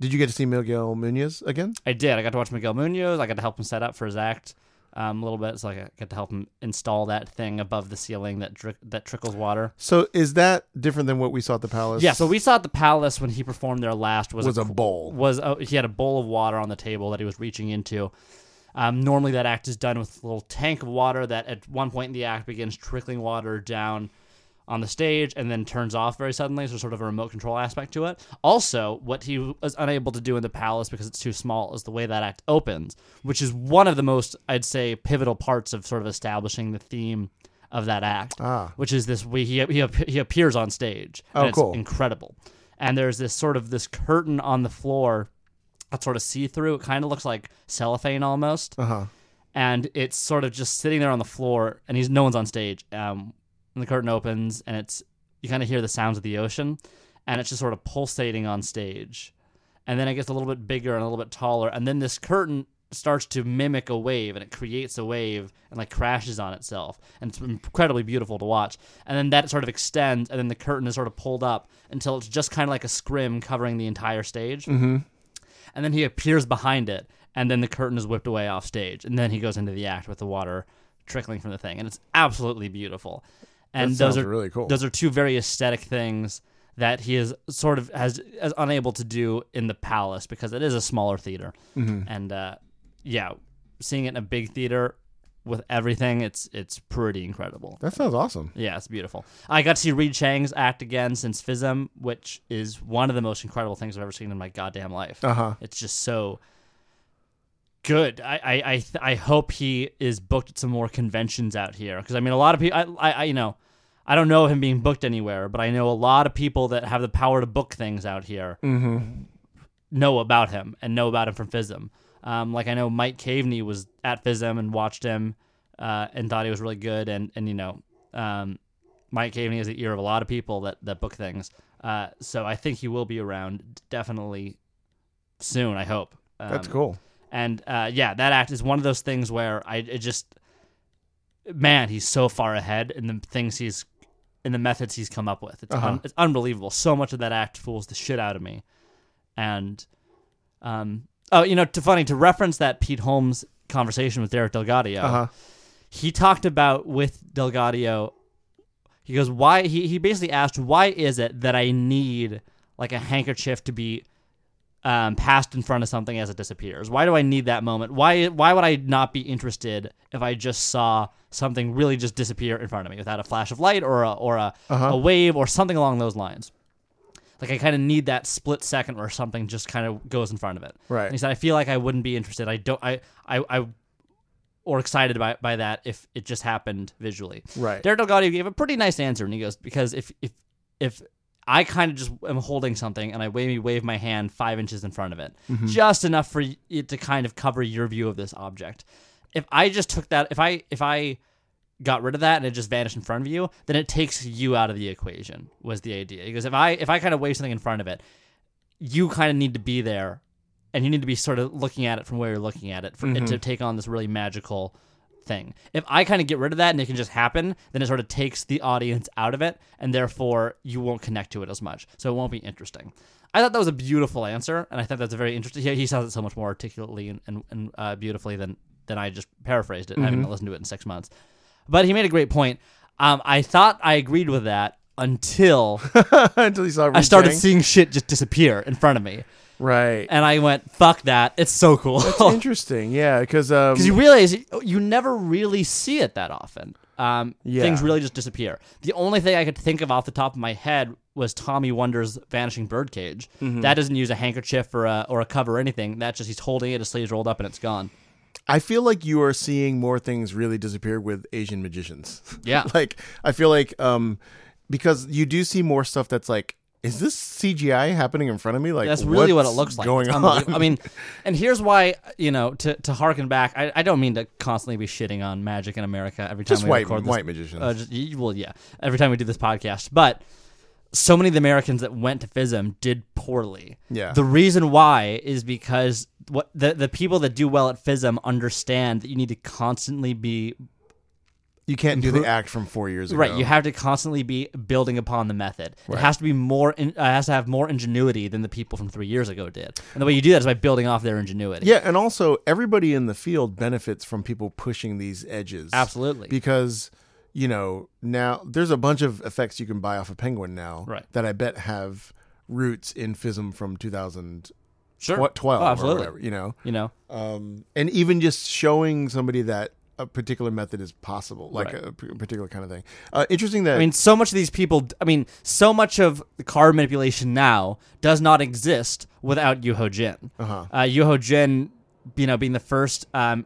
A: did you get to see Miguel Munoz again?
B: I did. I got to watch Miguel Munoz. I got to help him set up for his act um, a little bit. So I got- got to help him install that thing above the ceiling that dri- that trickles water.
A: So is that different than what we saw at the palace?
B: Yeah. So we saw at the Palace when he performed there last was,
A: was
B: a,
A: a bowl.
B: was a, he had a bowl of water on the table that he was reaching into. Um, normally, that act is done with a little tank of water that at one point in the act begins trickling water down on the stage and then turns off very suddenly. So, sort of a remote control aspect to it. Also, what he was unable to do in the palace because it's too small is the way that act opens, which is one of the most, I'd say, pivotal parts of sort of establishing the theme of that act,
A: Ah.
B: which is this way he, he, ap- he appears on stage. and
A: Oh,
B: it's
A: cool.
B: incredible. And there's this sort of this curtain on the floor that's sort of see through. It kind of looks like cellophane almost.
A: Uh huh.
B: And it's sort of just sitting there on the floor, and he's no one's on stage. Um, and the curtain opens, and it's you kind of hear the sounds of the ocean, and it's just sort of pulsating on stage. And then it gets a little bit bigger and a little bit taller, and then this curtain starts to mimic a wave, and it creates a wave and like crashes on itself, and it's incredibly beautiful to watch. And then that sort of extends, and then the curtain is sort of pulled up until it's just kind of like a scrim covering the entire stage and then he appears behind it, and then the curtain is whipped away off stage, and then he goes into the act with the water trickling from the thing, and it's absolutely beautiful. And
A: That
B: those
A: sounds
B: are
A: really cool.
B: Those are two very aesthetic things that he is sort of has is unable to do in the palace because it is a smaller theater,
A: Mm-hmm.
B: and uh, yeah, seeing it in a big theater with everything, it's it's pretty incredible.
A: That sounds awesome.
B: Yeah, it's beautiful. I got to see Reed Chang's act again since FISM, which is one of the most incredible things I've ever seen in my goddamn life.
A: Uh huh.
B: It's just so good. I I I, th- I hope he is booked at some more conventions out here because I mean a lot of people. I, I I you know I don't know him being booked anywhere, but I know a lot of people that have the power to book things out here
A: Mm-hmm.
B: know about him and know about him from FISM. Um, like I know Mike Caveney was at FISM and watched him uh, and thought he was really good, and and you know. Um, Mike Caveney has the ear of a lot of people that, that book things, uh, so I think he will be around definitely soon. I hope. Um,
A: That's cool.
B: And uh, yeah, that act is one of those things where I it just, man, he's so far ahead in the things he's in the methods he's come up with. It's,
A: Uh-huh.
B: un- it's unbelievable. So much of that act fools the shit out of me. And, um, oh, you know, to funny to reference that Pete Holmes conversation with Derek Delgadio.
A: Uh huh.
B: He talked about with Delgadio. He goes, why? He he basically asked, why is it that I need like a handkerchief to be um, passed in front of something as it disappears? Why do I need that moment? Why why would I not be interested if I just saw something really just disappear in front of me without a flash of light or a, or a, a wave or something along those lines? Like I kind of need that split second where something just kind of goes in front of it.
A: Right.
B: And he said, I feel like I wouldn't be interested. I don't. I I. I or excited by, by that if it just happened visually.
A: Right.
B: Derek Delgado gave a pretty nice answer, and he goes, because if if if I kind of just am holding something and I wave wave my hand five inches in front of it, just enough for y- it to kind of cover your view of this object. If I just took that, if I if I got rid of that and it just vanished in front of you, then it takes you out of the equation. Was the idea? Because if I if I kind of wave something in front of it, you kind of need to be there, and you need to be sort of looking at it from where you're looking at it for it to take on this really magical thing. If I kind of get rid of that and it can just happen, then it sort of takes the audience out of it, and therefore you won't connect to it as much, so it won't be interesting. I thought that was a beautiful answer, and I thought that's a very interesting. He, he says it so much more articulately and, and, and uh, beautifully than than I just paraphrased it. I haven't listened to it in six months, but he made a great point. Um, I thought I agreed with that until
A: <laughs> Until you saw. Wu
B: I started
A: Tang.
B: seeing shit just disappear in front of me,
A: Right. <laughs> Oh.
B: and I went, "Fuck that! It's so cool." <laughs> Because
A: Interesting. Yeah, because um,
B: you realize you- you never really see it that often. Um,
A: Yeah.
B: Things really just disappear. The only thing I could think of off the top of my head was Tommy Wonder's Vanishing Birdcage.
A: Mm-hmm.
B: That doesn't use a handkerchief or a or a cover or anything. That's just he's holding it, his sleeves rolled up, and it's gone.
A: I feel like you are seeing more things really disappear with Asian magicians. <laughs>
B: Yeah.
A: like I feel like um because you do see more stuff that's like is this CGI happening in front of me? Like
B: That's really what it
A: what's
B: looks like.
A: Going
B: It's
A: on. <laughs>
B: unbelievable. I mean, and here's why you know to to harken back. I, I don't mean to constantly be shitting on magic in America every time
A: Just
B: we
A: white-
B: record this.
A: white magicians.
B: Uh, just, y- well, yeah, every time we do this podcast, but so many of the Americans that went to FISM did poorly.
A: Yeah.
B: The reason why is because what the the people that do well at FISM understand that you need to constantly be
A: you can't do the act from four years ago.
B: Right, you have to constantly be building upon the method. It has to be more, in, uh, has to have more ingenuity than the people from three years ago did. And the way you do that is by building off their ingenuity.
A: Yeah, and also everybody in the field benefits from people pushing these edges.
B: Absolutely.
A: Because, you know, now there's a bunch of effects you can buy off a penguin now
B: Right.
A: that I bet have roots in FISM from 2012
B: sure,
A: or
B: Oh, absolutely.
A: whatever, you know.
B: You know,
A: Um, and even just showing somebody that a particular method is possible, like
B: Right.
A: a, p- particular kind of thing. Uh, interesting that
B: I mean, so much of these people. I mean, so much of the card manipulation now does not exist without Yuho Jin.
A: Uh-huh.
B: Uh, Yuho Jin, you know, being the first um,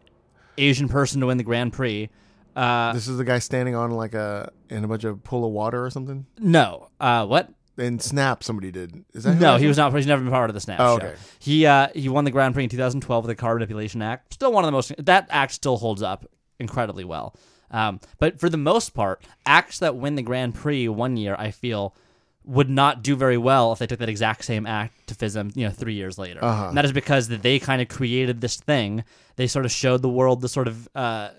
B: Asian person to win the Grand Prix. Uh,
A: this is the guy standing on like a in a bunch of pool of water or something.
B: no, uh, what?
A: And snap, somebody did. Is that who
B: No,
A: that
B: he was not. He's never been part of the Snap
A: Oh,
B: Show.
A: okay.
B: He uh, he won the Grand Prix in 2012 with the Card Manipulation Act. Still one of the most. That act still holds up incredibly well. Um, but for the most part, acts that win the Grand Prix one year, I feel, would not do very well if they took that exact same act to FISM, you know, three years later.
A: Uh-huh.
B: And that is because that they kind of created this thing. They sort of showed the world the sort of uh,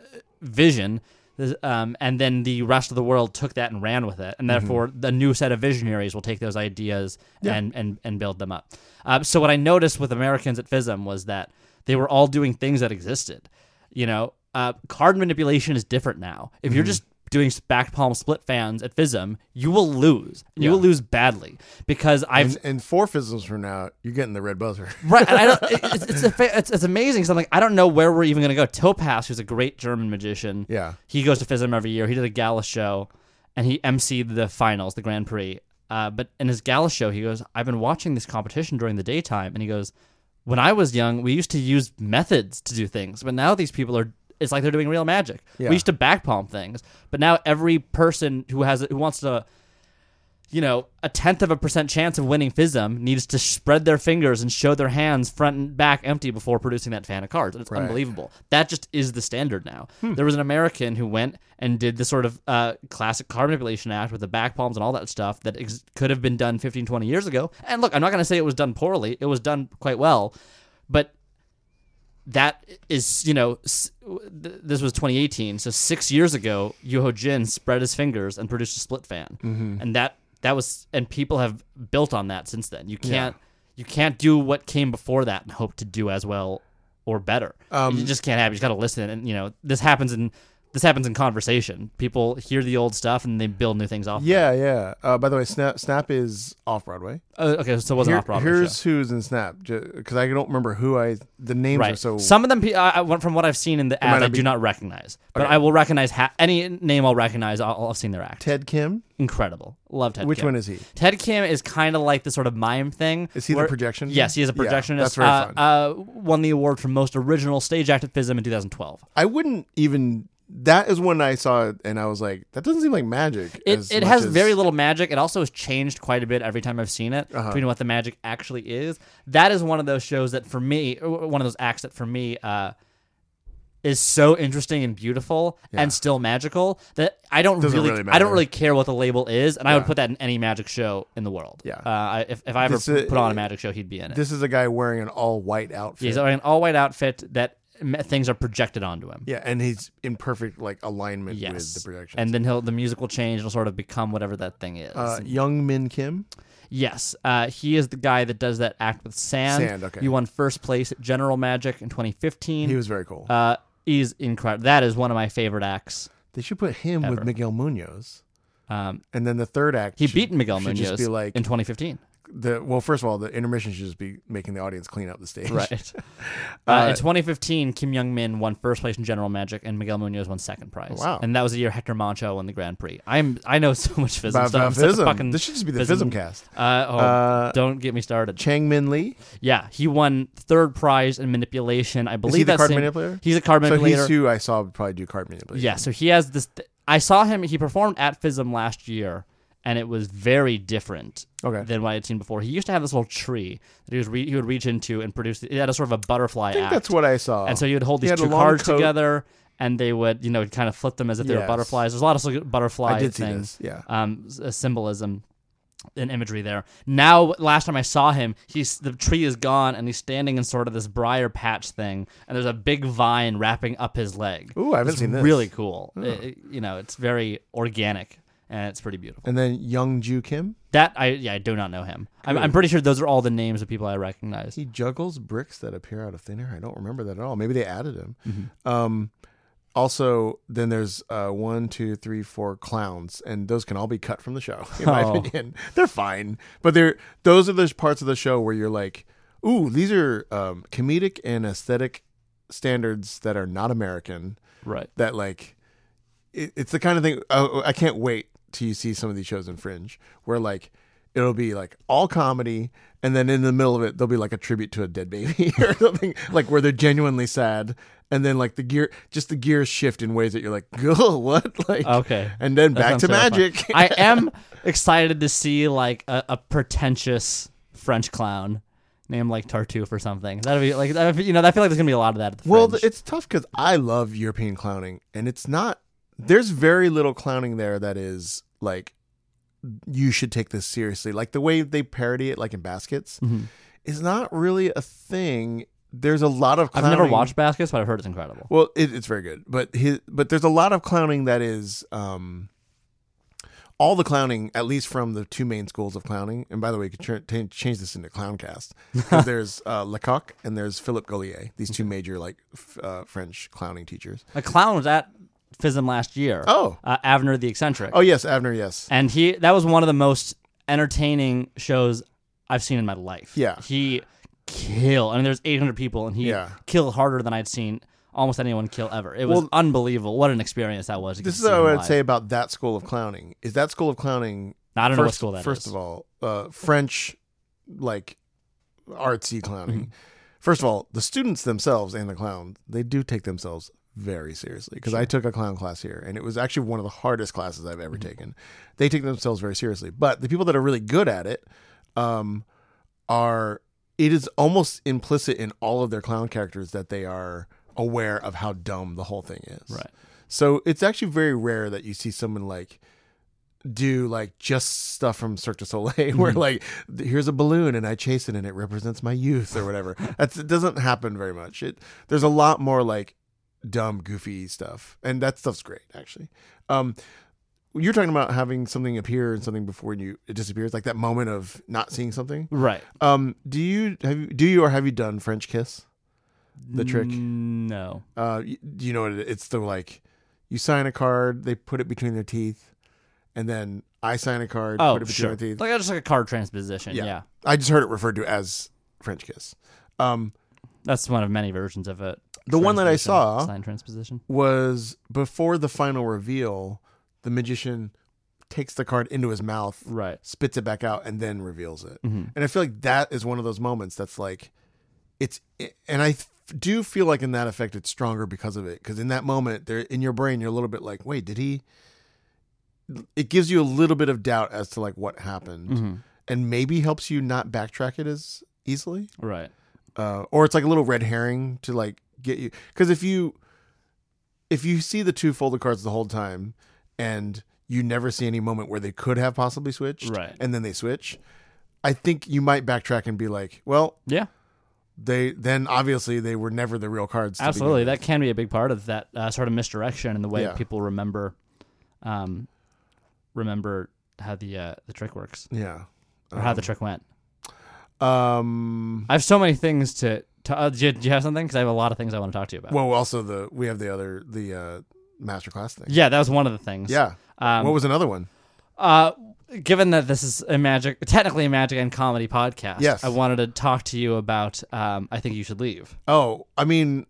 B: vision. this- Um, and then the rest of the world took that and ran with it, and therefore the new set of visionaries will take those ideas and, and and build them up. Uh, so what I noticed with Americans at FISM was that they were all doing things that existed. You know, uh, card manipulation is different now. If you're just doing back palm split fans at FISM, you will lose. You will lose badly because I've
A: And, and four fisms from now, you're getting the red buzzer. <laughs>
B: right. And I don't. it- It's it's, a fa- it's it's amazing. So I'm like, I don't know where we're even gonna go. Topaz, who's a great German magician,
A: Yeah.
B: he goes to FISM every year. He did a gala show, and he emceed the finals, the Grand Prix. Uh, but in his gala show, he goes, "I've been watching this competition during the daytime," and he goes, "When I was young, we used to use methods to do things, but now these people are." It's like they're doing real magic.
A: Yeah.
B: We used to backpalm things, but now every person who has who wants to you know, a tenth of a percent chance of winning FISM needs to spread their fingers and show their hands front and back empty before producing that fan of cards. It's unbelievable. That just is the standard now. There was an American who went and did the sort of uh, classic card manipulation act with the back palms and all that stuff that ex- could have been done 15, 20 years ago. And look, I'm not going to say it was done poorly, it was done quite well. But that is you know s- w- th- this was 2018 so six years ago Yoho Jin spread his fingers and produced a split fan
A: Mm-hmm.
B: and that that was and people have built on that since then you can't you can't do what came before that and hope to do as well or better
A: Um,
B: you just can't have you just gotta listen and you know this happens in this happens in conversation people hear the old stuff and they build new things off of it.
A: Yeah, yeah. Uh, by the way, Snap Snap is off Broadway.
B: Uh, okay so it wasn't
A: Here-
B: off Broadway show.
A: here's who's in Snap because I don't remember who I the names are
B: Right.
A: so
B: some of them, pe- I, I- from what I've seen in the
A: might
B: ad,
A: not
B: I do
A: be-
B: not recognize, but I will recognize ha- any name. I'll recognize. I'll, I've seen their act.
A: Ted Kim.
B: Incredible. Love Ted.
A: Which
B: Kim.
A: one is he?
B: Ted Kim is kind of like the sort of mime thing.
A: Is he the
B: where-
A: projection?
B: Yes, he is a
A: Yeah,
B: projectionist.
A: that's very
B: uh,
A: fun.
B: Uh, won the award for most original stage act at FISM in 2012.
A: I wouldn't even. That is when I saw it, and I was like, "That doesn't seem like magic."
B: It,
A: as
B: it
A: much
B: has
A: as-
B: very little magic. It also has changed quite a bit every time I've seen it
A: Uh-huh.
B: between what the magic actually is. That is one of those shows that for me, or one of those acts that for me, uh, is so interesting and beautiful and still magical that I don't
A: Doesn't
B: really,
A: really
B: I
A: matter.
B: don't really care what the label is, and I would put that in any magic show in the world.
A: Yeah.
B: Uh, I- if if I ever
A: This is-
B: put on a magic show, he'd be in it.
A: This is a guy wearing an all-white outfit.
B: He's wearing an all white outfit that m- things are projected onto him.
A: yeah, and he's in perfect like alignment
B: Yes.
A: with the projection.
B: and then he'll the music will change. It'll sort of become whatever that thing is.
A: uh, Young Min Kim.
B: Yes, uh, he is the guy that does that act with sand.
A: Sand, okay.
B: He won first place at General Magic in 2015.
A: He was very cool.
B: Uh, he's incredible. That is one of my favorite acts.
A: they should put him with Miguel Munoz,
B: Um,
A: and then the third act.
B: he
A: should-
B: beat Miguel
A: should
B: Munoz
A: Just be like
B: in 2015.
A: the well. First of all, the intermission should just be making the audience clean up the stage.
B: Right. uh, in 2015, Kim Young Min won first place in General Magic, and Miguel Munoz won second prize.
A: Oh, Wow.
B: And that was the year Hector Mancho won the Grand Prix. I'm I know <laughs> so much
A: <laughs>
B: FISM
A: About-
B: stuff. I'm
A: about
B: such a
A: FISM.
B: fucking
A: this should just be the
B: FISM
A: FISM cast.
B: Uh, oh,
A: Uh,
B: don't get me started.
A: Chang Min Lee.
B: Yeah, he won third prize in manipulation. I believe
A: the
B: that's
A: card
B: in-
A: manipulator?
B: He's a card
A: So
B: manipulator.
A: he's who I saw would probably do card manipulation.
B: Yeah, so he has this. Th- I saw him. He performed at FISM last year, and it was very different
A: Okay.
B: than what I'd seen before. He used to have this little tree that he was re- he would reach into and produce. It had a sort of a butterfly
A: I think
B: act,
A: that's what I saw.
B: and so you would hold
A: He had
B: these
A: a
B: two
A: long
B: cards
A: coat.
B: together, and they would you know kind of flip them as if they were
A: Yes.
B: butterflies. There's a lot of sort of butterfly
A: I did see
B: things,
A: this. Yeah.
B: um, s- uh, symbolism. and imagery there. Now, last time I saw him, he's the tree is gone, and he's standing in sort of this briar patch thing, and there's a big vine wrapping up his leg.
A: Ooh, I haven't
B: It's
A: seen this. <laughs>
B: Really cool. It- it- you know, it's very organic and it's pretty beautiful.
A: And then Young Ju Kim.
B: That I yeah, I do not know him. I'm, I'm pretty sure those are all the names of people I recognize.
A: He juggles bricks that appear out of thin air. I don't remember that at all. Maybe they added him. Um, also, then there's uh, one, two, three, four clowns, and those can all be cut from the show. <laughs> In my
B: Oh.
A: opinion, they're fine, but they're those are those parts of the show where you're like, "Ooh, these are um, comedic and aesthetic standards that are not American."
B: Right.
A: that like it, it's the kind of thing oh, I can't wait till you see some of these shows in Fringe where like it'll be like all comedy and then in the middle of it there'll be like a tribute to a dead baby <laughs> or something like where they're genuinely sad and then like the gear just the gears shift in ways that you're like <laughs> "Gah, what like <laughs>
B: Okay.
A: and then back
B: Oh, That sounds
A: to
B: terrifying.
A: magic <laughs>
B: I am excited to see like a, a pretentious French clown named like Tartuffe or something. That'd be like that'd be, you know, I feel like there's gonna be a lot of that. At the
A: well
B: Fringe.
A: it's tough because I love European clowning and it's not there's very little clowning there that is like you should take this seriously like the way they parody it like in baskets
B: Mhm.
A: is not really a thing. There's a lot of
B: I've
A: clowning.
B: never watched Baskets, but I've heard it's incredible.
A: Well, it, it's very good, but his, but there's a lot of clowning that is um, all the clowning, at least from the two main schools of clowning. And by the way, you could ch- t- change this into clowncast 'Cause there's uh, Lecoq and there's Philip Gollier, these two major like f- uh, French clowning teachers.
B: A clown was at FISM last year.
A: Oh.
B: uh, Avner the eccentric.
A: Oh yes, Avner, yes,
B: and he that was one of the most entertaining shows I've seen in my life.
A: Yeah.
B: he kill. I mean, there's 800 people, and he
A: Yeah.
B: kill harder than I'd seen almost anyone kill ever. It was
A: Well,
B: unbelievable. What an experience that was. to get
A: this
B: to
A: is
B: see
A: what I
B: him
A: would
B: live.
A: say about that school of clowning. Is that school of clowning?
B: I don't know what
A: first-
B: school that
A: first
B: is.
A: of all, uh, French, like artsy clowning.
B: Mm-hmm.
A: First of all, the students themselves and the clown, they do take themselves very seriously. Because I took a clown class here, and it was actually one of the hardest classes I've
B: Mm-hmm.
A: ever taken. They take themselves very seriously, but the people that are really good at it um, are. It is almost implicit in all of their clown characters that they are aware of how dumb the whole thing is.
B: Right.
A: So it's actually very rare that you see someone like do like just stuff from Cirque du Soleil, <laughs> where like th- here's a balloon and I chase it and it represents my youth or whatever. That's it doesn't happen very much. It there's a lot more like dumb, goofy stuff, and that stuff's great actually. Um, you're talking about having something appear and something before you it disappears, like that moment of not seeing something.
B: Right.
A: Um, do you have you, do you or have you done French kiss? The trick.
B: No.
A: Uh, y- do you know what it, it's the like? You sign a card, they put it between their teeth, and then I sign a card,
B: Oh,
A: put it between
B: sure.
A: my teeth.
B: Like just like a card transposition.
A: Yeah.
B: Yeah.
A: I just heard it referred to as French kiss. Um,
B: That's one of many versions of it.
A: the one that I
B: Translation,
A: saw
B: sign transposition.
A: was before the final reveal. The magician takes the card into his mouth,
B: Right.
A: spits it back out, and then reveals it.
B: Mhm.
A: And I feel like that is one of those moments that's like, it's, and I f- do feel like in that effect, it's stronger because of it. Because in that moment, there in your brain, you're a little bit like, wait, did he? It gives you a little bit of doubt as to like what happened,
B: Mhm.
A: and maybe helps you not backtrack it as easily.
B: Right.
A: uh, or it's like a little red herring to like get you because if you if you see the two folded cards the whole time and you never see any moment where they could have possibly switched
B: Right.
A: and then they switch i think you might backtrack and be like well
B: Yeah.
A: they then obviously they were never the real cards to begin
B: Absolutely.
A: with.
B: That can be a big part of that uh, sort of misdirection in the way
A: Yeah.
B: people remember, um, remember how the uh, the trick works
A: yeah
B: or how the trick went.
A: um
B: I have so many things to. to uh, do, you, do you have something? Because I have a lot of things I want to talk to you about.
A: well also the we have the other the uh master class thing
B: yeah, that was one of the things.
A: yeah
B: Um,
A: what was another one
B: Uh, given that this is a magic, technically a magic and comedy podcast,
A: Yes.
B: I wanted to talk to you about. Um, I think you should leave.
A: oh i mean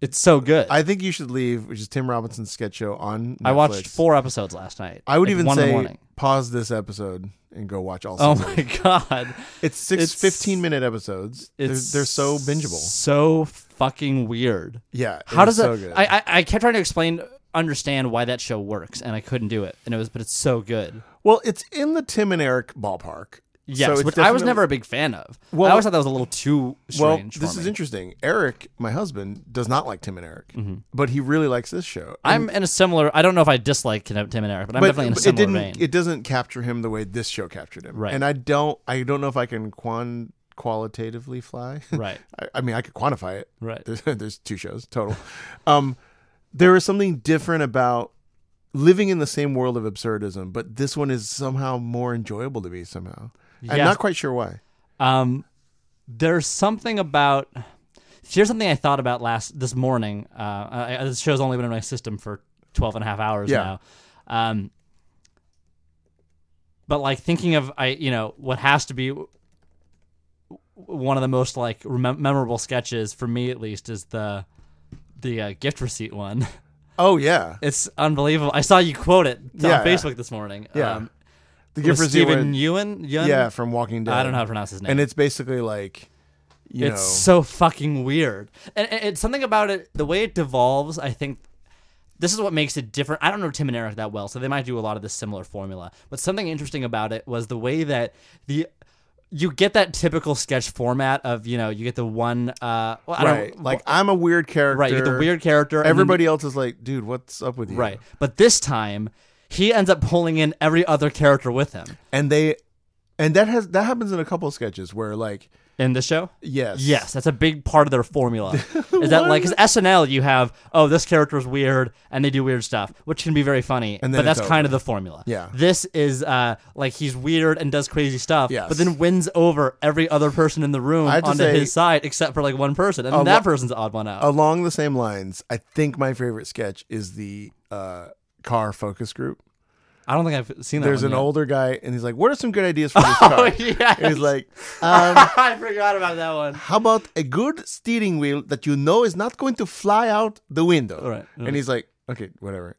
B: It's so good. I,
A: i think you should leave which is tim robinson's sketch show on
B: watched
A: Netflix.
B: four episodes last night.
A: I would
B: like,
A: even
B: one in the
A: say
B: morning.
A: pause this episode and go watch all.
B: <laughs> Oh
A: season.
B: my god,
A: it's six
B: it's-
A: 15 minute episodes. They're,
B: it's
A: they're so bingeable.
B: so fucking weird.
A: Yeah. it
B: How
A: was
B: does
A: so
B: that?
A: Good.
B: I, I I kept trying to explain, understand why that show works, and I couldn't do it. And it was, but it's so good.
A: well, it's in the Tim and Eric ballpark. So
B: Yes,
A: it's
B: which I was
A: definitely-
B: never a big fan of.
A: Well-
B: I always thought that was a little too
A: Well,
B: strange.
A: this
B: for
A: is
B: me.
A: interesting. Eric, my husband, does not like Tim and Eric, but he really likes this show. And-
B: Mm-hmm. I'm in a similar. I don't know if I dislike Tim and Eric, but I'm
A: but
B: definitely in a
A: but it
B: similar
A: didn't.
B: vein.
A: It doesn't capture him the way this show captured him.
B: Right.
A: And I don't. I don't know if I can quan qualitatively fly.
B: right,
A: <laughs> I, I mean, I could quantify it.
B: right.
A: there's, <laughs> there's two shows total. Um, there is something different about living in the same world of absurdism, but this one is somehow more enjoyable to me. Somehow, I'm
B: Yeah.
A: not quite sure why.
B: Um, there's something about. Here's something I thought about last this morning. Uh, I, I- this show's only been in my system for 12 and a half hours
A: Yeah.
B: now. Um, but like thinking of I, you know, what has to be w- one of the most like remem- memorable sketches for me at least is the the uh, gift receipt one. <laughs>
A: Oh yeah,
B: It's unbelievable. I saw you quote it
A: Yeah, yeah.
B: on Facebook this morning.
A: Yeah.
B: Um,
A: the
B: with
A: gift receipt.
B: Stephen
A: one-
B: Ewan. Ewan?
A: Yeah, from Walking Dead.
B: I don't know how to pronounce his name.
A: And it's basically like, you
B: it's
A: know,
B: so fucking weird. And, and it's something about it, the way it devolves, I think this is what makes it different. I don't know Tim and Eric that well, so they might do a lot of this similar formula. But something interesting about it was the way that the you get that typical sketch format of, you know, you get the one uh well, I
A: right.
B: don't
A: Like I'm a weird character.
B: right, you get the weird character and then-
A: Everybody else is like, dude, what's up with you?
B: right. But this time he ends up pulling in every other character with him
A: And they, and that has that happens in a couple of sketches where like,
B: in the show.
A: yes,
B: Yes, that's a big part of
A: <laughs>
B: their formula. Is that like 'cause SNL? You have oh, this character's weird, and they do weird stuff, which can be very funny.
A: And then
B: but
A: it's
B: that's kind of the formula.
A: Yeah.
B: this is uh, like he's weird and does crazy stuff.
A: Yes.
B: but then wins over every other person in the room
A: have to
B: onto
A: say- Oh,
B: his side, except for like one person, and then
A: lo-
B: that person's the odd one out.
A: along the same lines, I think my favorite sketch is the uh, car focus group.
B: I don't think I've seen that.
A: There's
B: one
A: an
B: yet.
A: older guy, and he's like, "What are some good ideas
B: <laughs>
A: for this car?"
B: yes.
A: And he's like, um,
B: <laughs> I forgot about that one.
A: "How about a good steering wheel that you know is not going to fly out the window?"
B: All right.
A: And he's like, "Okay, whatever."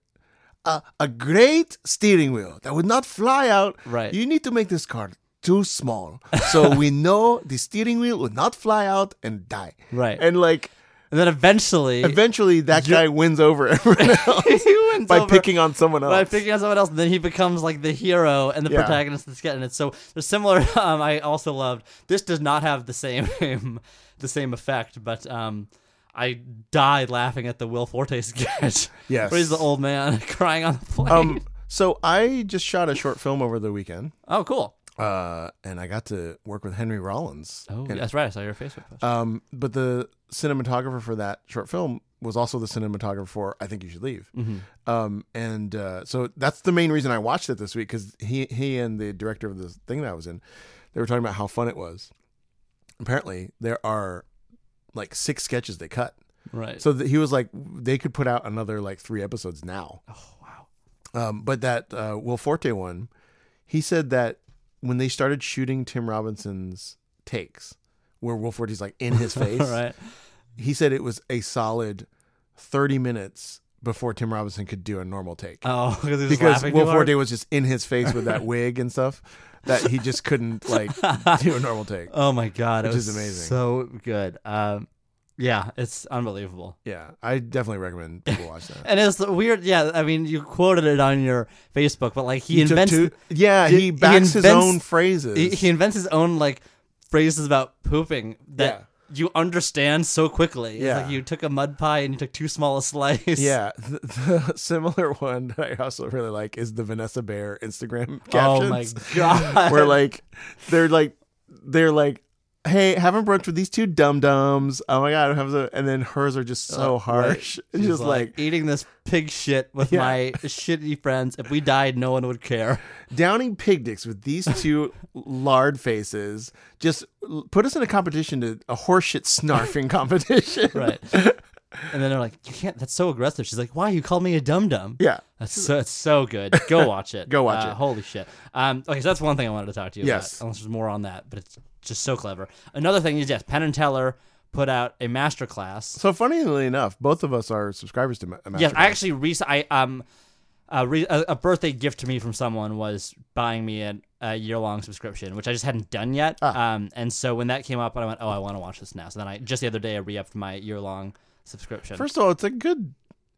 A: Uh, a great steering wheel that would not fly out.
B: Right.
A: You need to make this car too small
B: <laughs>
A: so we know the steering wheel would not fly out and die.
B: Right.
A: And like,
B: And then eventually,
A: eventually, that guy wins over <laughs> everyone else.
B: <laughs> he wins
A: by
B: over.
A: picking on someone else.
B: by picking on someone else, and then he becomes like the hero and the
A: Yeah.
B: protagonist of the sketch. And it's so there's similar. <laughs> Um, I also loved this. Does not have the same <laughs> the same effect, but um, I died laughing at the Will Forte <laughs> sketch.
A: Yes.
B: where he's the old man <laughs> crying on the plane. <laughs>
A: um, So I just shot a short film over the weekend,
B: Oh, cool.
A: uh, and I got to work with Henry Rollins.
B: Oh,
A: And,
B: that's right. I saw your Facebook post.
A: Um, but the cinematographer for that short film was also the cinematographer for I Think You Should Leave.
B: Mhm.
A: Um, and uh, so that's the main reason I watched it this week because he he and the director of the thing that I was in, they were talking about how fun it was. Apparently, there are like six sketches they cut.
B: Right.
A: So th- he was like, they could put out another like three episodes now.
B: oh, wow.
A: Um, but that uh, Will Forte one, he said that when they started shooting Tim Robinson's takes, where Will Forte's like in
B: <laughs>
A: his face,
B: All right.
A: he said it was a solid thirty minutes before Tim Robinson could do a normal take
B: Oh, <laughs> because he was
A: because
B: laughing
A: Will
B: too hard?
A: Forte was just in his face with
B: <laughs>
A: that wig and stuff that he just couldn't like do a normal take.
B: Oh my god,
A: Which
B: it was
A: is amazing.
B: So good. Um, yeah, it's unbelievable.
A: Yeah, I definitely recommend people watch that.
B: And it's the weird. Yeah, I mean, you quoted it on your Facebook, but like he,
A: took
B: invents
A: two- yeah,
B: he-
A: he backs
B: he
A: his own
B: invents-
A: phrases.
B: he, he invents his own like phrases about pooping that you understand so quickly. It's
A: Yeah.
B: like you took a mud pie and you took too small a slice. <laughs>
A: Yeah, <laughs> the, the similar one that I also really like is the Vanessa Bear Instagram
B: Oh
A: captions.
B: my god.
A: Where like they're like they're like, hey, having brunch with these two dum dums. Oh my god, having so-" and then hers are just so
B: Uh,
A: harsh. <laughs>
B: right.
A: It's
B: She's
A: just like,
B: eating this pig shit with
A: Yeah.
B: my shitty friends. If we died, no one would care.
A: downing pig dicks with these two lard faces. Just l- put us in a competition to a horseshit
B: <laughs>
A: snarfing competition.
B: Right. And then they're like, "You can't. That's so aggressive." She's like, "Why you call me a dum dum?"
A: <laughs> Yeah.
B: That's so, it's so good.
A: <laughs>
B: Go watch it.
A: Go watch
B: Uh,
A: it.
B: Holy shit. Um, okay, so that's one thing I wanted to talk to you
A: Yes.
B: about. Unless there's more on that, but it's just so clever. Another thing is yes, Penn and Teller put out a masterclass.
A: So funnily enough, both of us are subscribers to Ma- Masterclass.
B: Yes, I actually re- I um a, re- a a birthday gift to me from someone was buying me a, a year long subscription, which I just hadn't done yet.
A: Ah.
B: Um, and so when that came up, I went, "Oh, I want to watch this now." So then I just the other day I re upped my year long subscription.
A: First of all, it's a good.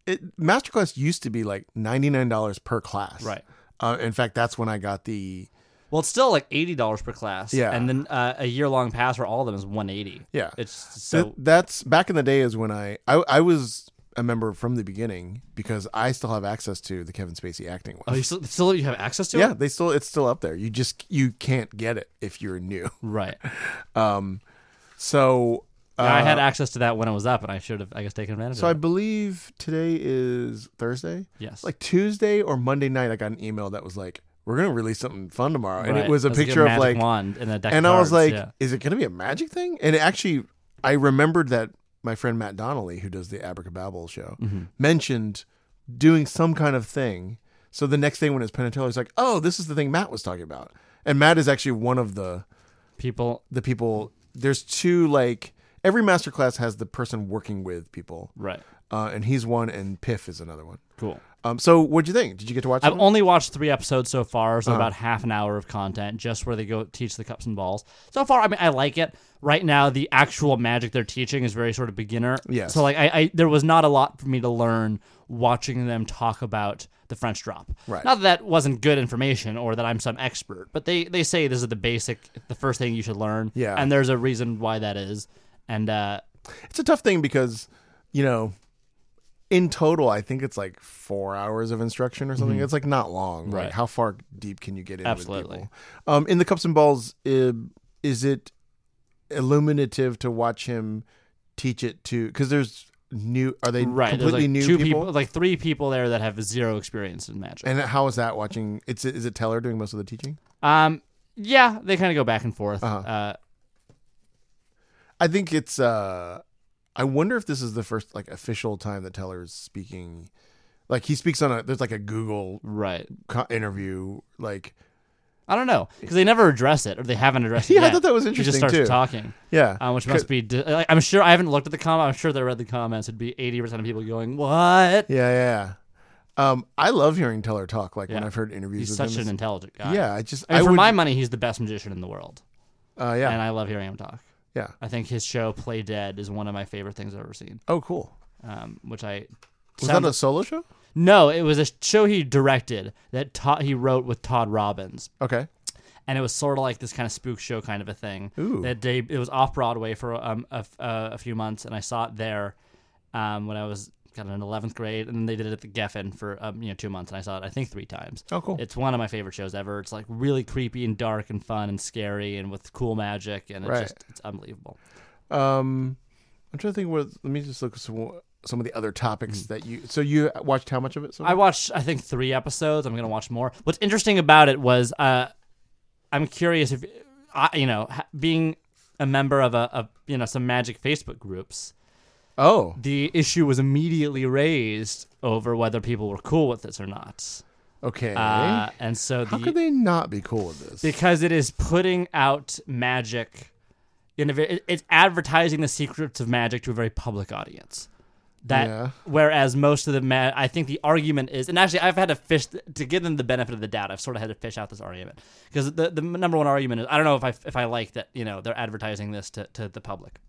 A: It, Masterclass used to be like ninety nine dollars per class.
B: Right.
A: Uh, in fact, that's when I got the
B: Well, it's still like eighty dollars per class.
A: Yeah.
B: and then uh, a year long pass for all of them is one eighty.
A: yeah.
B: It's so
A: Th- that's back in the day is when I, I I was a member from the beginning because I still have access to the Kevin Spacey acting one.
B: oh, you still, still you have access to
A: yeah,
B: it.
A: they still it's still up there. You just you can't get it if you're new. <laughs>
B: Right.
A: Uh, So uh,
B: I had access to that when I was up, and I should have I guess taken advantage
A: so I
B: of it.
A: believe today is Thursday.
B: Yes.
A: Like Tuesday or Monday night, I got an email that was like, "We're gonna release something fun tomorrow," and
B: Right.
A: it was a
B: That's
A: picture
B: good
A: of
B: magic
A: like
B: wand and a deck of
A: and I was
B: cards,
A: like,
B: yeah.
A: "Is it going to be a magic thing?" And it actually, I remembered that my friend Matt Donnelly, who does the Abracababble show,
B: Mm-hmm.
A: mentioned doing some kind of thing. So the next day when it's Penn and Teller, he's like, "Oh, this is the thing Matt was talking about." And Matt is actually one of the
B: people.
A: the people. There's two like every masterclass has the person working with people,
B: Right.
A: uh, and he's one, and Piff is another one.
B: Cool.
A: Um, so what'd you think? Did you get to watch? that
B: I've
A: one?
B: only watched three episodes so far,
A: Uh-huh.
B: so about half an hour of content, just where they go teach the cups and balls. So far, I mean, I like it. Right now, the actual magic they're teaching is very sort of beginner.
A: Yes.
B: So like, I, I there was not a lot for me to learn watching them talk about the French drop.
A: Right.
B: Not that that wasn't good information or that I'm some expert, but they they say this is the basic, the first thing you should learn.
A: Yeah.
B: And there's a reason why that is, and uh,
A: it's a tough thing because you know in total i think it's like four hours of instruction or something it's like not long right
B: Mm-hmm. Right.
A: like, how far deep can you get in with
B: Absolutely.
A: people? um in the cups and balls uh, is it illuminative to watch him teach it to because there's new are they
B: right, there's
A: completely
B: like
A: new
B: two
A: people?
B: like three people there that have zero experience in magic.
A: and how is that watching it's is it teller doing most of the teaching
B: Um, yeah, they kind of go back and forth.
A: Uh-huh.
B: uh
A: i think it's uh i wonder if this is the first like official time that teller's speaking like he speaks on a there's like a google
B: right.
A: co- interview like
B: I don't know because they never address it, or they haven't
A: <laughs>
B: addressed it.
A: Yeah, I
B: yet.
A: thought that was
B: He just
A: interesting,
B: starts
A: too.
B: talking,
A: Yeah.
B: um, which must be. Di- like, I'm sure I haven't looked at the comment. I'm sure that I read the comments. It'd be 80 percent of people going,
A: yeah,
B: "What?"
A: yeah, yeah. Um, I love hearing Teller talk. Like when
B: Yeah.
A: I've heard interviews
B: He's
A: with
B: such
A: him.
B: an
A: it's-
B: intelligent guy.
A: yeah, I just
B: I mean, for
A: would,
B: my money, he's the best magician in the world,
A: uh, yeah,
B: and I love hearing him talk.
A: yeah.
B: I think his show Play Dead is one of my favorite things I've ever seen.
A: Oh, cool.
B: Um, which I
A: Was
B: sounds-
A: that a solo show?
B: no, it was a show he directed that Todd, he wrote with Todd Robbins,
A: Okay.
B: and it was sort of like this kind of spook show kind of a thing.
A: Ooh.
B: That day it was off Broadway for um, a, f- uh, a few months, and I saw it there um, when I was got it in eleventh grade, and then they did it at the Geffen for um, you know two months, and I saw it I think three times.
A: Oh, cool.
B: It's one of my favorite shows ever. It's like really creepy and dark and fun and scary and with cool magic, and it's
A: Right.
B: just it's unbelievable.
A: Um, I'm trying to think. What? Let me just look at some some of the other topics that you. So you watched how much of it? So
B: Hmm. I watched, I think, three episodes. I'm gonna watch more. What's interesting about it was, uh, I'm curious if, I, you know, ha- being a member of a, of you know, some magic Facebook groups,
A: oh,
B: the issue was immediately raised over whether people were cool with this or not.
A: okay.
B: Uh, and so
A: how
B: the,
A: could they not be cool with this?
B: because it is putting out magic in a ve- it- it's advertising the secrets of magic to a very public audience that
A: Yeah.
B: whereas most of the ma- i think the argument is and actually i've had to fish to give them the benefit of the doubt i've sort of had to fish out this argument because the, the number one argument is i don't know if i if i like that you know they're advertising this to, to the public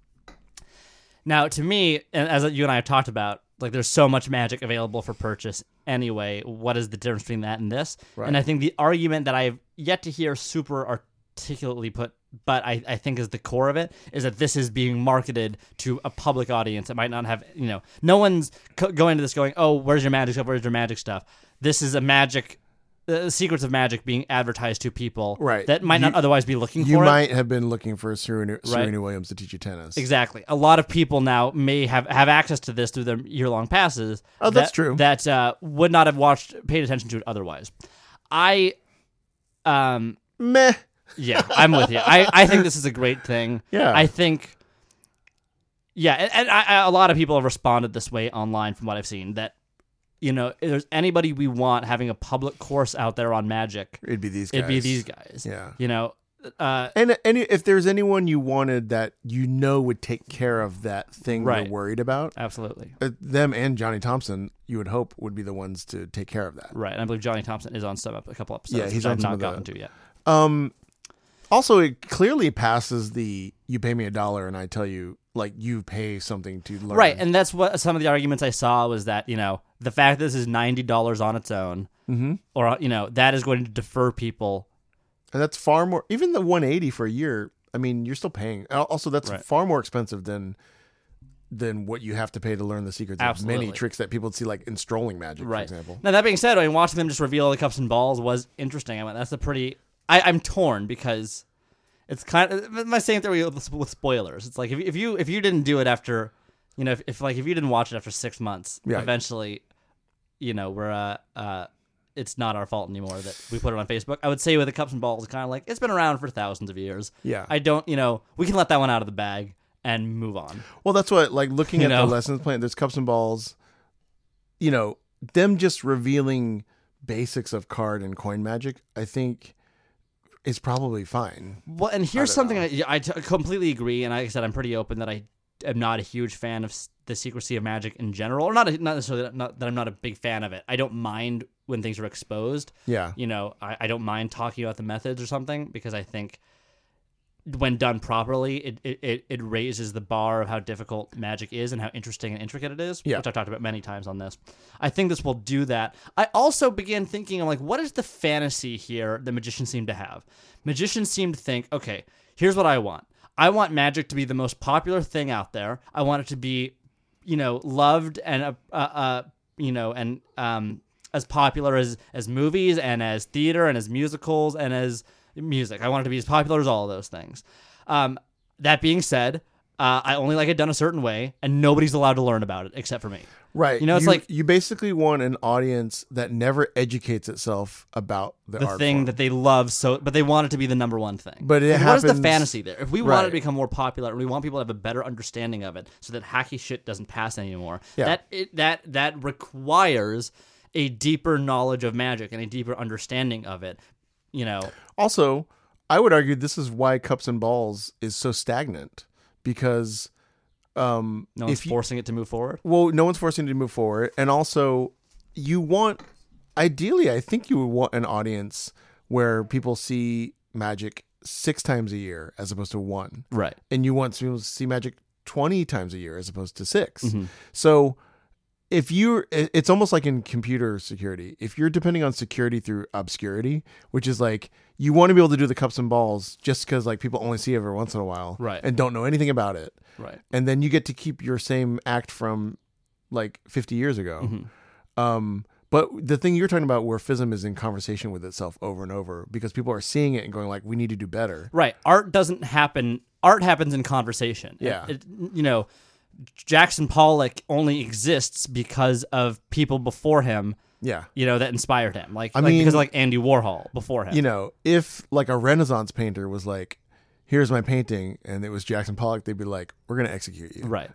B: now, to me, and as you and I have talked about, like there's so much magic available for purchase anyway. What is the difference between that and this? And I think the argument that I've yet to hear super articulately put, but I, I think is the core of it, is that this is being marketed to a public audience that might not have, you know, no one's co- going to this going, oh, where's your magic stuff? Where's your magic stuff? This is a magic. The secrets of magic being advertised to people
A: Right.
B: that might not
A: You-
B: otherwise be looking
A: you
B: for it.
A: might have been looking for Serena, Serena Williams to teach you tennis.
B: Exactly. A lot of people now may have, have access to this through their year long passes.
A: Oh, that's
B: that-
A: true.
B: That uh, would not have watched, paid attention to it otherwise. I, um,
A: Meh.
B: yeah, I'm with you. I, I think this is a great thing.
A: Yeah.
B: I think, yeah, and, and I, I, a lot of people have responded this way online from what I've seen that, you know, if there's anybody we want having a public course out there on magic,
A: It'd be these.
B: it'd be
A: guys.
B: these guys.
A: Yeah.
B: You know, uh,
A: And any if there's anyone you wanted that you know would take care of that thing
B: Right.
A: you're worried about,
B: absolutely.
A: uh, them and Johnny Thompson, you would hope would be the ones to take care of that.
B: Right. And I believe Johnny Thompson is on some, ep- a couple episodes.
A: Yeah, he's
B: which
A: on
B: I've
A: some
B: not
A: of the-
B: gotten to yet.
A: Um, also, it clearly passes the "you pay me a dollar and I tell you like you pay something to learn."
B: Right, and that's what some of the arguments I saw was that you know the fact that this is ninety dollars on its own,
A: Mm-hmm.
B: or you know that is going to defer people.
A: and that's far more. Even the 180 for a year. I mean, you're still paying. Al- Also, that's
B: Right.
A: far more expensive than than what you have to pay to learn the secrets of
B: Absolutely.
A: many tricks that people would see, like in strolling magic,
B: Right.
A: for example.
B: Now that being said, I mean, watching them just reveal all the cups and balls was interesting. I went, that's a pretty. I, I'm torn because it's kind of my same theory with, with spoilers. It's like if, you- if you if you didn't do it after, you know, if, if like if you didn't watch it after six months,
A: Yeah.
B: eventually, you know, we're uh uh. It's not our fault anymore that we put it on Facebook. I would say with the cups and balls, kind of like it's been around for thousands of years.
A: Yeah.
B: I don't, you know, we can let that one out of the bag and move on.
A: Well, that's what like looking
B: You
A: at
B: know?
A: the lessons plan. There's cups and balls. You know, them just revealing basics of card and coin magic. I think is probably fine.
B: Well, and here's
A: don't
B: something
A: know.
B: that yeah, I t- completely agree, and like I said, I'm pretty open that I am not a huge fan of s- the secrecy of magic in general, or not a, not necessarily that, not, that I'm not a big fan of it. I don't mind when things are exposed.
A: Yeah.
B: You know, I, I don't mind talking about the methods or something because I think when done properly, it, it, it, it raises the bar of how difficult magic is and how interesting and intricate it is,
A: Yeah.
B: which I've talked about many times on this. I think this will do that. I also began thinking, I'm like, what is the fantasy here that magicians seem to have? Magicians seem to think, okay, here's what I want. I want magic to be the most popular thing out there. I want it to be, you know, loved and, uh, uh, uh you know, and, um, as popular as, as movies and as theater and as musicals and as music. I want it to be as popular as all of those things. Um, that being said, uh, I only like it done a certain way, and nobody's allowed to learn about it except for me.
A: Right.
B: You know, it's like-
A: you basically want an audience that never educates itself about the,
B: The
A: art
B: thing
A: form.
B: that they love so, but they want it to be the number one thing.
A: But it
B: Like, what is the
A: happens-
B: fantasy there? If we want it to
A: Right.
B: become more popular, and we want people to have a better understanding of it, so that hacky shit doesn't pass anymore,
A: Yeah.
B: that it, that that requires a deeper knowledge of magic and a deeper understanding of it. You know,
A: Also, I would argue this is why cups and balls is so stagnant because um
B: no one's
A: if you,
B: forcing it to move forward.
A: well no one's forcing you to move forward and also you want ideally i think you would want an audience where people see magic six times a year as opposed to one
B: Right.
A: and you want people to see magic 20 times a year as opposed to 6 so if you're it- it's almost like in computer security if you're depending on security through obscurity which is like you want to be able to do the cups and balls just because like people only see it every once in a while
B: Right.
A: and don't know anything about it
B: Right.
A: and then you get to keep your same act from like 50 years ago.
B: Mm-hmm.
A: Um, but the thing you're talking about, where FISM is in conversation with itself over and over, because people are seeing it and going like, "We need to do better."
B: Right. Art doesn't happen. Art happens in conversation.
A: Yeah.
B: It- it- you know, Jackson Pollock only exists because of people before him.
A: Yeah,
B: You know that inspired him. Like,
A: I
B: like because
A: mean-
B: like Andy Warhol before him.
A: you know, if like a Renaissance painter was like, "Here's my painting," and it was Jackson Pollock, they'd be like, "We're gonna execute you." <laughs>
B: Right.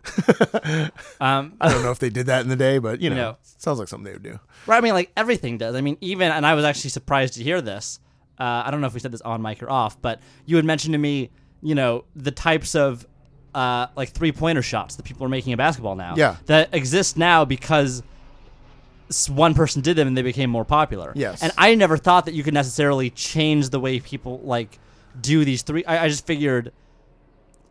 B: um,
A: I don't know if they did that in the day, but you know,
B: No.
A: sounds like something they would do.
B: Right, I mean, like everything does. I mean, even and I was actually surprised to hear this. Uh, I don't know if we said this on mic or off, but you had mentioned to me, you know, the types of uh, like three pointer shots that people are making in basketball now.
A: Yeah.
B: that exist now because s- one person did them and they became more popular.
A: Yes.
B: and I never thought that you could necessarily change the way people like do these three. I, I just figured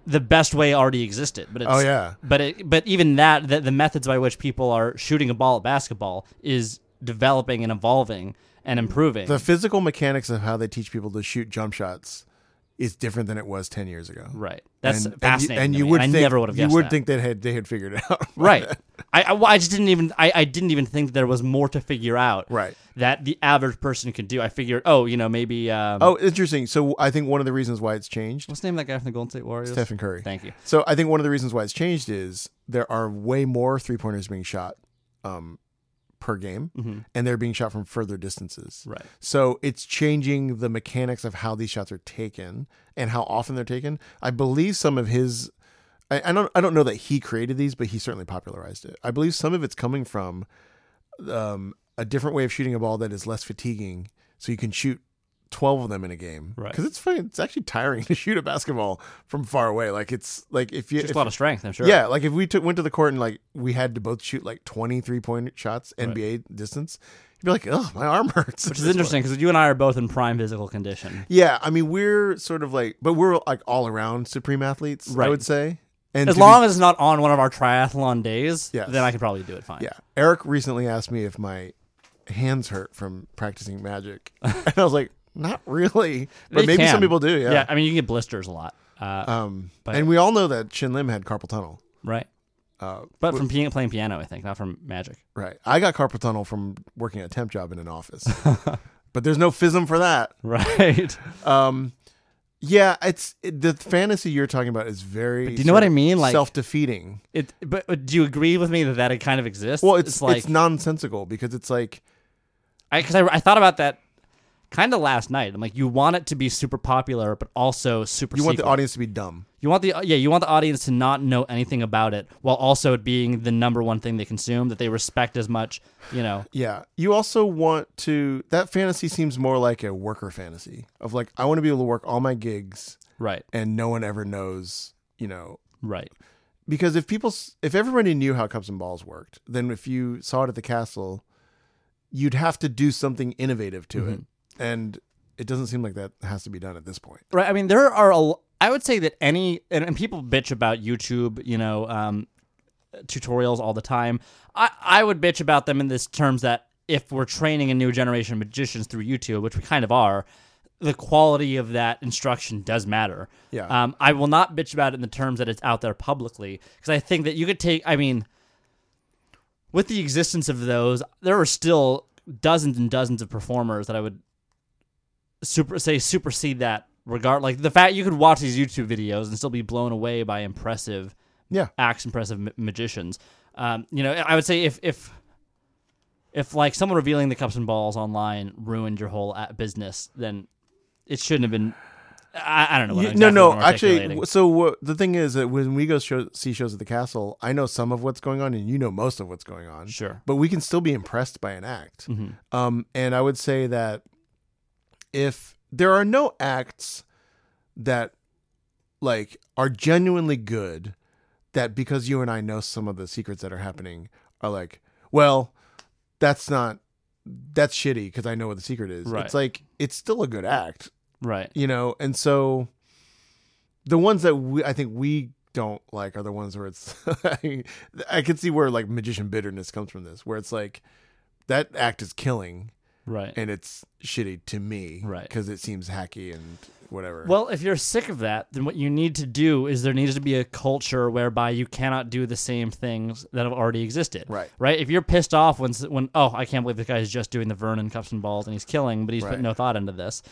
B: the best way already existed, but it's,
A: Oh, yeah.
B: but it, but even that the, the methods by which people are shooting a ball at basketball is developing and evolving and improving.
A: The physical mechanics of how they teach people to shoot jump shots is different than it was 10 years ago.
B: right.
A: And-
B: That's
A: and you-
B: fascinating.
A: And
B: to
A: you,
B: me,
A: would
B: I
A: think-
B: never would have guessed
A: You would
B: that.
A: think they had they had figured it <laughs> out.
B: right. I, I, well, I just didn't even I, I didn't even think that there was more to figure out
A: Right.
B: that the average person could do. I figured, oh, you know, maybe um,
A: Oh, interesting. So I think one of the reasons why it's changed,
B: what's the name of that guy from the Golden State Warriors?
A: Stephen Curry.
B: Thank you.
A: So I think one of the reasons why it's changed is there are way more three pointers being shot um, per game, and they're being shot from further distances.
B: Mm-hmm. Right.
A: So it's changing the mechanics of how these shots are taken and how often they're taken. I believe some of his, I, I don't, I don't know that he created these, but he certainly popularized it. I believe some of it's coming from um, a different way of shooting a ball that is less fatiguing, so you can shoot. 12 of them in a game
B: Right.
A: because it's funny it's actually tiring <laughs> to shoot a basketball from far away like it's like if you
B: Just
A: if-
B: a lot of strength, I'm sure.
A: yeah, like if we took went to the court and like we had to both shoot like 23 point shots NBA distance, you'd be like, "Oh, my arm <laughs> hurts."
B: which is interesting because you and I are both in prime physical condition.
A: Yeah, I mean, we're sort of like but we're like all around supreme athletes, I
B: Right.
A: would say. And
B: As
A: to
B: long as it's not on one of our triathlon days,
A: Yes.
B: then I could probably do it fine.
A: be- Yeah. Eric recently asked me if my hands hurt from practicing
B: <laughs>
A: magic. and I was like, "Not really." But
B: They
A: maybe some
B: can.
A: people do, yeah.
B: Yeah, I mean, you can get blisters a lot, uh,
A: Um
B: But-
A: and we all know that Chin Lim had carpal tunnel.
B: right?
A: Uh,
B: But from pia- playing piano, I think, not from magic. <laughs>
A: right. I got carpal tunnel from working a temp job in an office. but there's no FISM for that.
B: Right.
A: Um, yeah, it's it, the fantasy you're talking about is very.
B: do you know what I mean? Like-
A: self defeating.
B: it, but, but do you agree with me that that it kind of exists?
A: Well, it's it's,
B: like
A: nonsensical because it's like
B: because I, I, thought about that kind of last night. I'm like, you want it to be super popular, but also super.
A: you want the
B: secret.
A: audience to be dumb.
B: You want the yeah, you want the audience to not know anything about it, while also it being the number one thing they consume that they respect as much. You know,
A: Yeah, you also want to. That fantasy seems more like a worker fantasy of like I want to be able to work all my gigs
B: right,
A: and no one ever knows. You know,
B: right,
A: because if people s- if everybody knew how cups and balls worked then if you saw it at the castle you'd have to do something innovative to it and it doesn't seem like that has to be done at this point
B: right. I mean, there are. A, l- I would say that any and, and people bitch about YouTube. You know, um, tutorials all the time. I, I would bitch about them in this terms that if we're training a new generation of magicians through YouTube, which we kind of are, the quality of that instruction does matter.
A: Yeah.
B: Um, I will not bitch about it in the terms that it's out there publicly because I think that you could take. I mean, with the existence of those, there are still dozens and dozens of performers that I would super say supersede that regard. Like the fact you could watch these YouTube videos and still be blown away by impressive
A: yeah
B: acts impressive ma- magicians. Um, you know, I would say if if if like someone revealing the cups and balls online ruined your whole a- business, then it shouldn't have been. I, I don't know. What
A: You-
B: exactly
A: no,
B: what
A: no.
B: I'm
A: Actually,
B: articulating.
A: w- so w- the thing is that when we go show, see shows at the castle, I know some of what's going on, and you know most of what's going on.
B: Sure. Mm-hmm.
A: but we can still be impressed by an act. Um, and I would say that if there are no acts that like are genuinely good, that because you and I know some of the secrets that are happening are like, well, that's not that's shitty because I know what the secret is.
B: Right.
A: It's like it's still a good act
B: right.
A: you know and so the ones that we i think we don't like are the ones where it's <laughs> I, can see where like magician bitterness comes from this where it's like that act is killing
B: Right.
A: and it's shitty to me
B: Right.
A: because it seems hacky and whatever.
B: Well, if you're sick of that, then what you need to do is there needs to be a culture whereby you cannot do the same things that have already existed.
A: Right.
B: Right. If you're pissed off when s- when oh I can't believe this guy is just doing the Vernon cups and balls and he's killing, but he's
A: Right.
B: put no thought into this,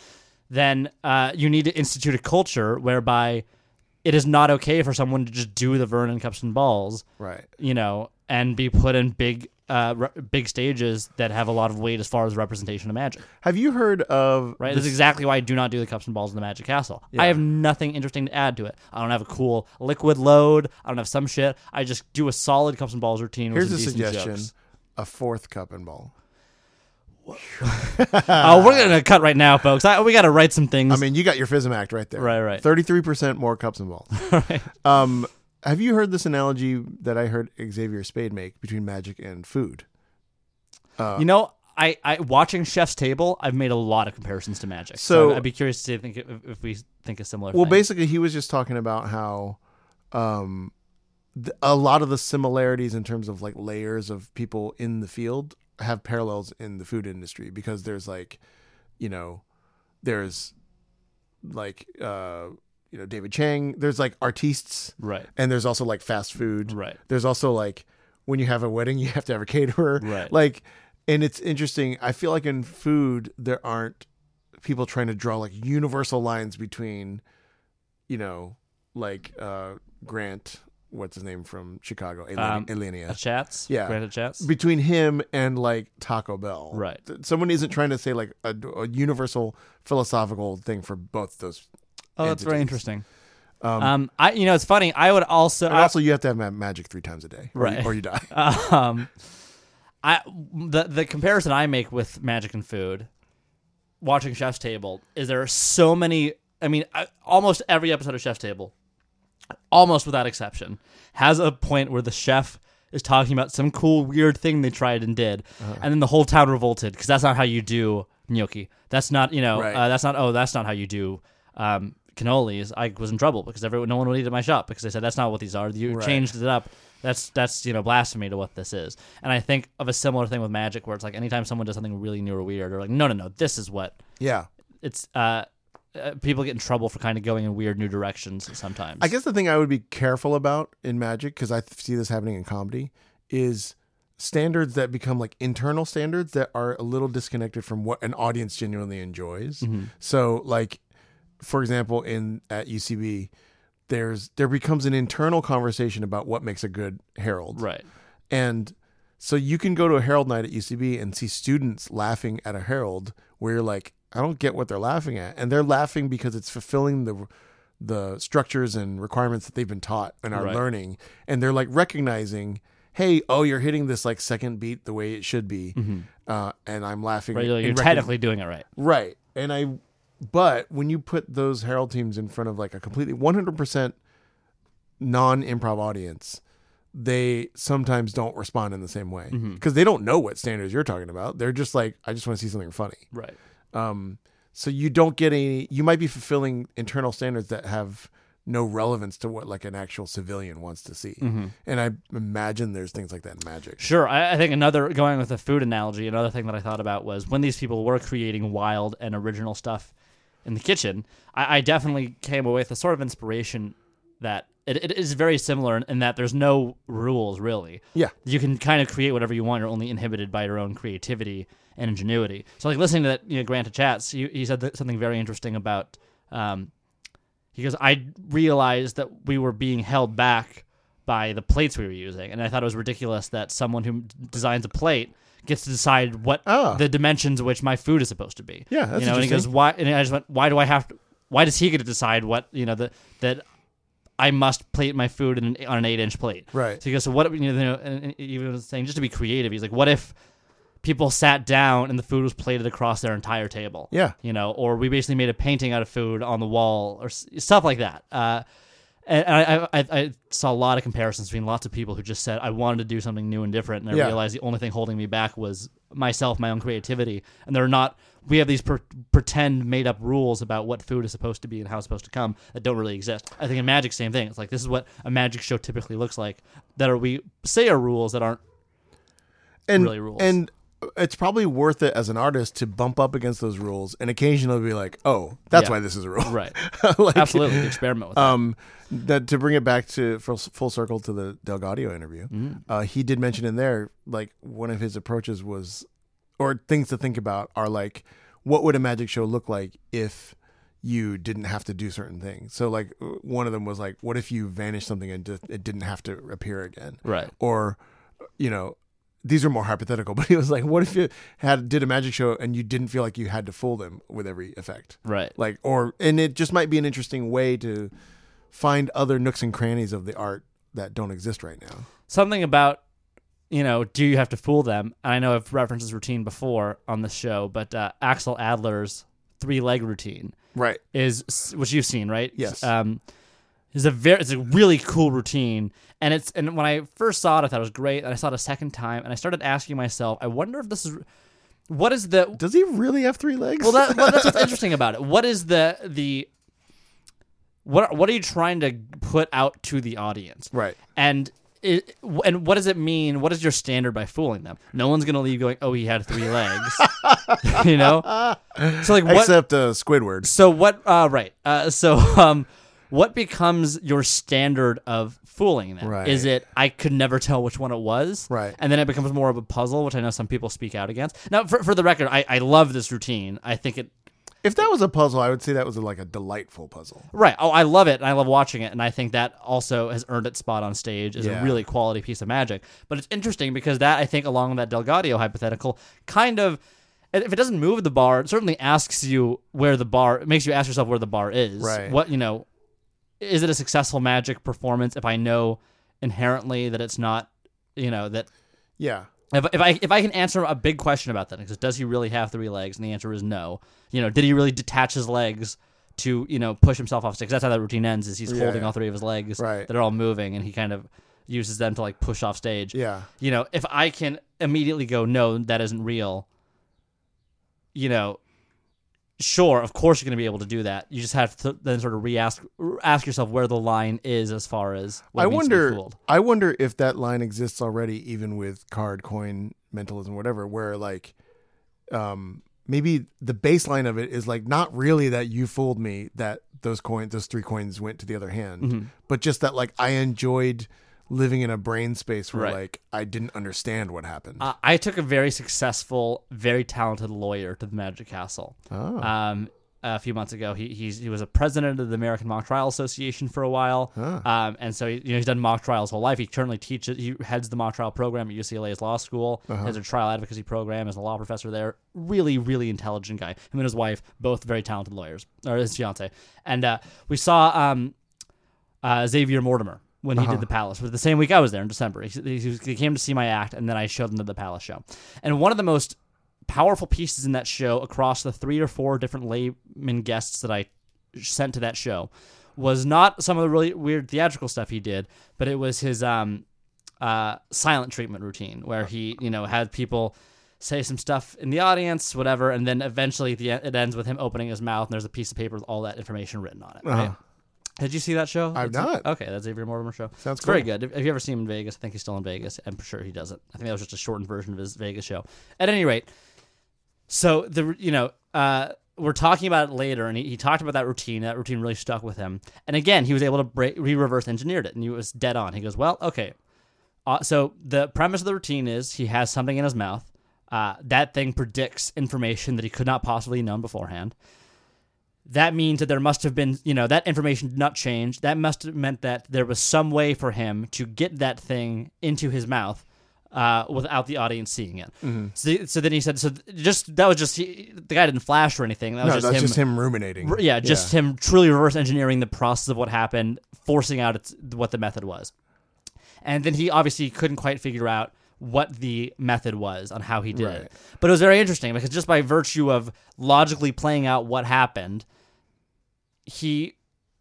B: then uh, you need to institute a culture whereby it is not okay for someone to just do the Vernon cups and balls
A: right.
B: you know, and be put in big, uh, re- big stages that have a lot of weight as far as representation of magic.
A: Have you heard of
B: Right. That's exactly why I do not do the cups and balls in the Magic Castle. I have nothing interesting to add to it. I don't have a cool liquid load. I don't have some shit. I just do a solid cups and balls routine.
A: Here's a
B: with some decent
A: suggestion:
B: jokes.
A: a fourth cup and ball.
B: Oh, we're gonna cut right now, folks. I, we got to write some things.
A: I mean, you got your Fizimact right there.
B: Right, right.
A: Thirty-three percent more cups and
B: <laughs>
A: balls. Um, have you heard this analogy that I heard Xavier Spade make between magic and food?
B: you know. I, I watching Chef's Table, I've made a lot of comparisons to Magic. So,
A: So-
B: I'd be curious to think if, if we think a similar.
A: Well,
B: thing.
A: basically, he was just talking about how um, th- a lot of the similarities in terms of like layers of people in the field have parallels in the food industry because there's like, you know, there's like, uh, you know, David Chang, there's like artistes,
B: right,
A: and there's also like fast food.
B: right,
A: There's also like when you have a wedding, <laughs> you have to have a caterer.
B: Right.
A: Like, and it's interesting. I feel like in food, there aren't people trying to draw like universal lines between, you know, like uh, Grant, what's his name from Chicago,
B: Um,
A: Elenia. Elenia.
B: a chats,
A: Yeah.
B: granted chats,
A: between him and like Taco Bell.
B: Right.
A: Th- Someone isn't trying to say like a, a universal philosophical thing for both those.
B: Oh, that's very
A: entities.
B: interesting.
A: Um,
B: Um, I, you know, it's funny. I would also,
A: and
B: I,
A: also, you have to have ma- magic three times a day, or you-
B: Uh, Right.
A: or you
B: <laughs>
A: die.
B: um, I the the comparison I make with magic and food, watching Chef's Table, is there are so many. I mean, I, almost every episode of Chef's Table, almost without exception, has a point where the chef is talking about some cool weird thing they tried and did,
A: Uh-huh.
B: and then the whole town revolted because that's not how you do gnocchi. That's not you know
A: Right.
B: uh, that's not oh that's not how you do. Um, cannolis. I was in trouble because everyone, no one would eat at my shop because they said that's not what these are. You
A: Right.
B: changed it up. That's that's you know blasphemy to what this is. And I think of a similar thing with magic where it's like anytime someone does something really new or weird, or like no no no, this is what
A: Yeah.
B: it's. uh uh, people get in trouble for kind of going in weird new directions sometimes.
A: I guess the thing I would be careful about in magic, because I th- see this happening in comedy, is standards that become like internal standards that are a little disconnected from what an audience genuinely enjoys. So, like, for example, in at UCB, there's there becomes an internal conversation about what makes a good herald,
B: right.
A: and so you can go to a Herald night at UCB and see students laughing at a Herald where you're like, I don't get what they're laughing at. And they're laughing because it's fulfilling the the structures and requirements that they've been taught and are
B: Right.
A: learning. And they're like recognizing, hey, oh, you're hitting this like second beat the way it should be. Uh, and I'm laughing.
B: Mm-hmm. Right, you're,
A: in
B: you're
A: recogni-
B: technically doing it right.
A: Right. And I, but when you put those Herald teams in front of like a completely 100% non improv audience, they sometimes don't respond in the same way because they don't know what standards you're talking about. They're just like, I just want to see something funny.
B: Right.
A: Um, so you don't get any, you might be fulfilling internal standards that have no relevance to what like an actual civilian wants to see. And I imagine there's things like that in magic.
B: Sure. I, I think another going with the food analogy, another thing that I thought about was when these people were creating wild and original stuff in the kitchen, I, I definitely came away with a sort of inspiration that it, it is very similar in, in that there's no rules really.
A: Yeah.
B: You can kind of create whatever you want. You're only inhibited by your own creativity and ingenuity. So, like listening to that, you know, Grant chats, he, he said that something very interesting about um, he goes, I realized that we were being held back by the plates we were using. And I thought it was ridiculous that someone who d- designs a plate gets to decide what
A: Ah.
B: the dimensions of which my food is supposed to be.
A: Yeah, that's
B: you know, and he goes,
A: interesting.
B: why? And I just went, why do I have to? Why does he get to decide what you know that that I must plate my food in an, on an eight inch plate?
A: Right.
B: So he goes, so what? You know, and and he even was saying just to be creative. He's like, what if people sat down and the food was plated across their entire table?
A: Yeah.
B: you know, or we basically made a painting out of food on the wall or s- stuff like that. Uh, and I, I, I- I saw a lot of comparisons between lots of people who just said I wanted to do something new and different, and I
A: Yeah.
B: realized the only thing holding me back was myself, my own creativity, and they're not. We have these per- pretend made up rules about what food is supposed to be and how it's supposed to come that don't really exist. I think in magic, same thing. It's like this is what a magic show typically looks like. That are we say are rules that aren't
A: and
B: really rules.
A: and it's probably worth it as an artist to bump up against those rules and occasionally be like, oh, that's
B: Yeah.
A: why this is a rule.
B: Right.
A: <laughs> like,
B: <laughs> Absolutely. Experiment with that.
A: Um, that to bring it back to full, full circle to the Delgadio interview,
B: Mm-hmm.
A: uh, he did mention in there like one of his approaches was, or things to think about are like, what would a magic show look like if you didn't have to do certain things? So like w- one of them was like, what if you vanished something and just, it didn't have to appear again?
B: Right.
A: Or, you know. These are more hypothetical, <laughs> but he was like, "What if you had did a magic show and you didn't feel like you had to fool them with every effect?"
B: Right.
A: like or and it just might be an interesting way to find other nooks and crannies of the art that don't exist right now
B: something about you know do you have to fool them and i know i've referenced this routine before on the show but uh, axel adler's three leg routine
A: right
B: is which you've seen right
A: Yes.
B: um is a very it's a really cool routine and it's and when i first saw it i thought it was great and i saw it a second time and i started asking myself i wonder if this is what is the
A: does he really have three legs
B: well, that, well that's what's interesting about it what is the the what what are you trying to put out to the audience
A: right
B: and it, and what does it mean? What is your standard by fooling them? No one's gonna leave going, oh, he had three legs, <laughs> you know. So like what?
A: except uh, squidward
B: so what? Uh, right. Uh, so um, what becomes your standard of fooling them?
A: Right.
B: Is it I could never tell which one it was?
A: Right.
B: And then it becomes more of a puzzle, which I know some people speak out against. Now, for, for the record, I, I love this routine. I think it
A: if that was a puzzle i would say that was like a delightful puzzle
B: Right. Oh, I love it, and I love watching it, and I think that also has earned its spot on stage as
A: Yeah.
B: a really quality piece of magic. But it's interesting because that I think, along with that Delgadio hypothetical, kind of, if it doesn't move the bar, it certainly asks you where the bar. It makes you ask yourself where the bar is.
A: Right.
B: What you know, is it a successful magic performance if I know inherently that it's not, you know, that
A: yeah
B: if, if I if I can answer a big question about that, because does he really have three legs? And the answer is no. You know, did he really detach his legs to you know push himself off stage? 'Cause That's how that routine ends. Is he's holding
A: yeah.
B: all three of his legs
A: Right.
B: that are all moving, and he kind of uses them to like push off stage.
A: yeah
B: You know, if I can immediately go, no, that isn't real. You know, sure, of course you're going to be able to do that. You just have to then sort of re-ask ask yourself where the line is as far as what
A: i
B: it means to be
A: wonder
B: fooled.
A: i wonder if that line exists already even with card coin mentalism whatever where like um maybe the baseline of it is like not really that you fooled me that those coin those three coins went to the other hand
B: Mm-hmm.
A: but just that like i enjoyed living in a brain space where
B: Right.
A: like i didn't understand what happened
B: Uh, I took a very successful, very talented lawyer to the Magic Castle.
A: Oh.
B: Um, a few months ago, he he's, he was a president of the American Mock Trial Association for a while, um, and so he, you know he's done mock trials his whole life. He currently teaches. He heads the mock trial program at UCLA's law school.
A: Uh-huh.
B: Has a trial advocacy program. Is a law professor there. Really, really intelligent guy. Him and his wife, both very talented lawyers, or his fiance. And uh, we saw um, uh, Xavier Mortimer when he did the Palace. But the same week I was there in December, he, he, was- he came to see my act, and then I showed him the, the Palace show. And one of the most powerful pieces in that show, across the three or four different layman guests that I sent to that show, was not some of the really weird theatrical stuff he did, but it was his um, uh, silent treatment routine where he, you know, had people say some stuff in the audience, whatever, and then eventually the, it ends with him opening his mouth, and there's a piece of paper with all that information written on it. right? Did you see that show?
A: Uh-huh. I've
B: That's-
A: not.
B: okay, that's Xavier Mortimer show.
A: Sounds
B: it's very good. Have have you ever seen him in Vegas? I think he's still in Vegas. I'm sure he doesn't. I think that was just a shortened version of his Vegas show. At any rate, so the you know uh, we're talking about it later, and he, he talked about that routine. That routine really stuck with him. And again, he was able to break, re reverse engineered it, and he was dead on. He goes, well, okay. Uh, so the premise of the routine is he has something in his mouth. Uh, that thing predicts information that he could not possibly known beforehand that means that there must have been, you know, that information did not change. That must have meant that there was some way for him to get that thing into his mouth uh, without the audience seeing it.
A: Mm-hmm.
B: So, so then he said, so th- just that was just he, the guy didn't flash or anything. That was
A: no
B: just
A: that's
B: him.
A: just him ruminating
B: r- yeah, just him truly reverse engineering the process of what happened, forcing out its, what the method was. And then he obviously couldn't quite figure out what the method was on how he did
A: Right.
B: it. But it was very interesting because just by virtue of logically playing out what happened, he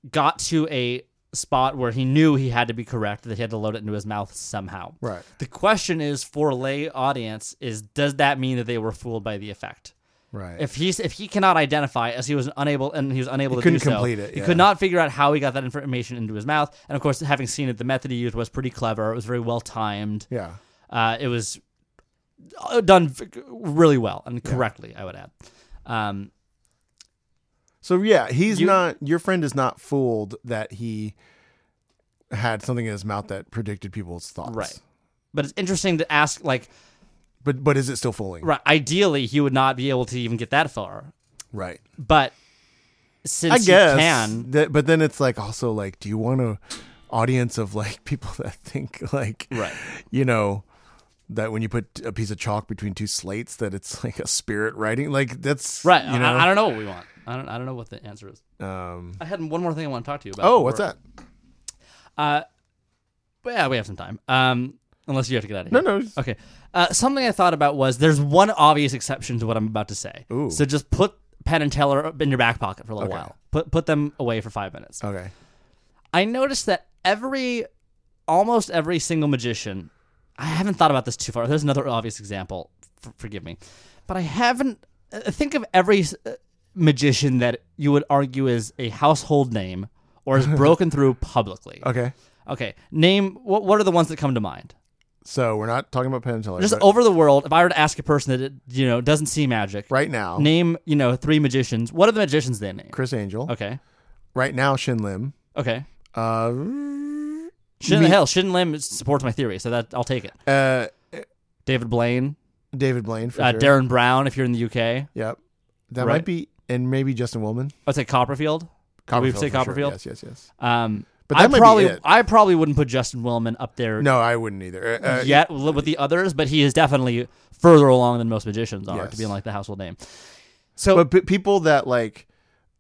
B: got to a spot where he knew he had to be correct, that he had to load it into his mouth somehow.
A: Right.
B: The question is for lay audience is does that mean that they were fooled by the effect?
A: right
B: If he's if he cannot identify as he was unable and he was unable to
A: couldn't
B: do so,
A: complete it,
B: He
A: yeah.
B: could not figure out how he got that information into his mouth. And of course, having seen it, the method he used was pretty clever. It was very well timed.
A: yeah
B: Uh, it was uh, done v- really well and correctly. I would add. Um,
A: So yeah, he's
B: You-
A: not your friend is not fooled that he had something in his mouth that predicted people's thoughts.
B: Right. but it's interesting to ask. Like,
A: But but is it still fooling?
B: right, ideally, he would not be able to even get that far.
A: Right.
B: But since
A: I guess.
B: he can,
A: that- but then it's like also like, do you want a audience of like <laughs> people that think like
B: Right.
A: you know that when you put a piece of chalk between two slates that it's <laughs> like a spirit writing like that's
B: right?
A: you
B: I, I
A: know
B: don't know what we want. I don't. I don't know what the answer is.
A: um
B: I had one more thing I want to talk to you about.
A: oh what's
B: before-
A: that
B: Uh, but yeah, we have some time. Um, unless you have to get out of
A: no
B: here.
A: no
B: Okay. Uh, something I thought about was there's one obvious exception to what I'm about to say.
A: Ooh.
B: So just put Penn and Teller up in your back pocket for a little
A: Okay. Oh.
B: while. Put put them away for five minutes.
A: okay
B: I noticed that every, almost every single magician, I haven't thought about this too far. There's another obvious example. F- forgive me, but I haven't. Uh, think of every s- uh, magician that you would argue is a household name
A: <laughs>
B: or is broken through publicly.
A: okay
B: Okay, name what? What are the ones that come to mind?
A: so we're not talking about Penn and Teller
B: Just
A: but
B: over the world. If I were to ask a person that you know doesn't see magic,
A: right now
B: name you know three magicians. What are the magicians they name?
A: Chris Angel
B: Okay,
A: right now Shin Lim
B: okay.
A: uh
B: Shin,
A: mean-
B: hell, Shin Lim supports my theory, so that I'll take it.
A: uh
B: David Blaine,
A: David Blaine for
B: uh,
A: sure.
B: Darren Brown, if you're in the UK.
A: yep that
B: Right.
A: might be and maybe Justin Woolman
B: I'd say Copperfield.
A: Copperfield
B: say
A: for sure.
B: Copperfield?
A: yes yes yes
B: Um,
A: But that
B: I
A: might be
B: probably
A: it.
B: I probably wouldn't put Justin Willman up there
A: no I wouldn't either uh, uh,
B: yet li- with the others, but he is definitely further along than most magicians are to
A: Yes.
B: be like the household name. So
A: but p- people that like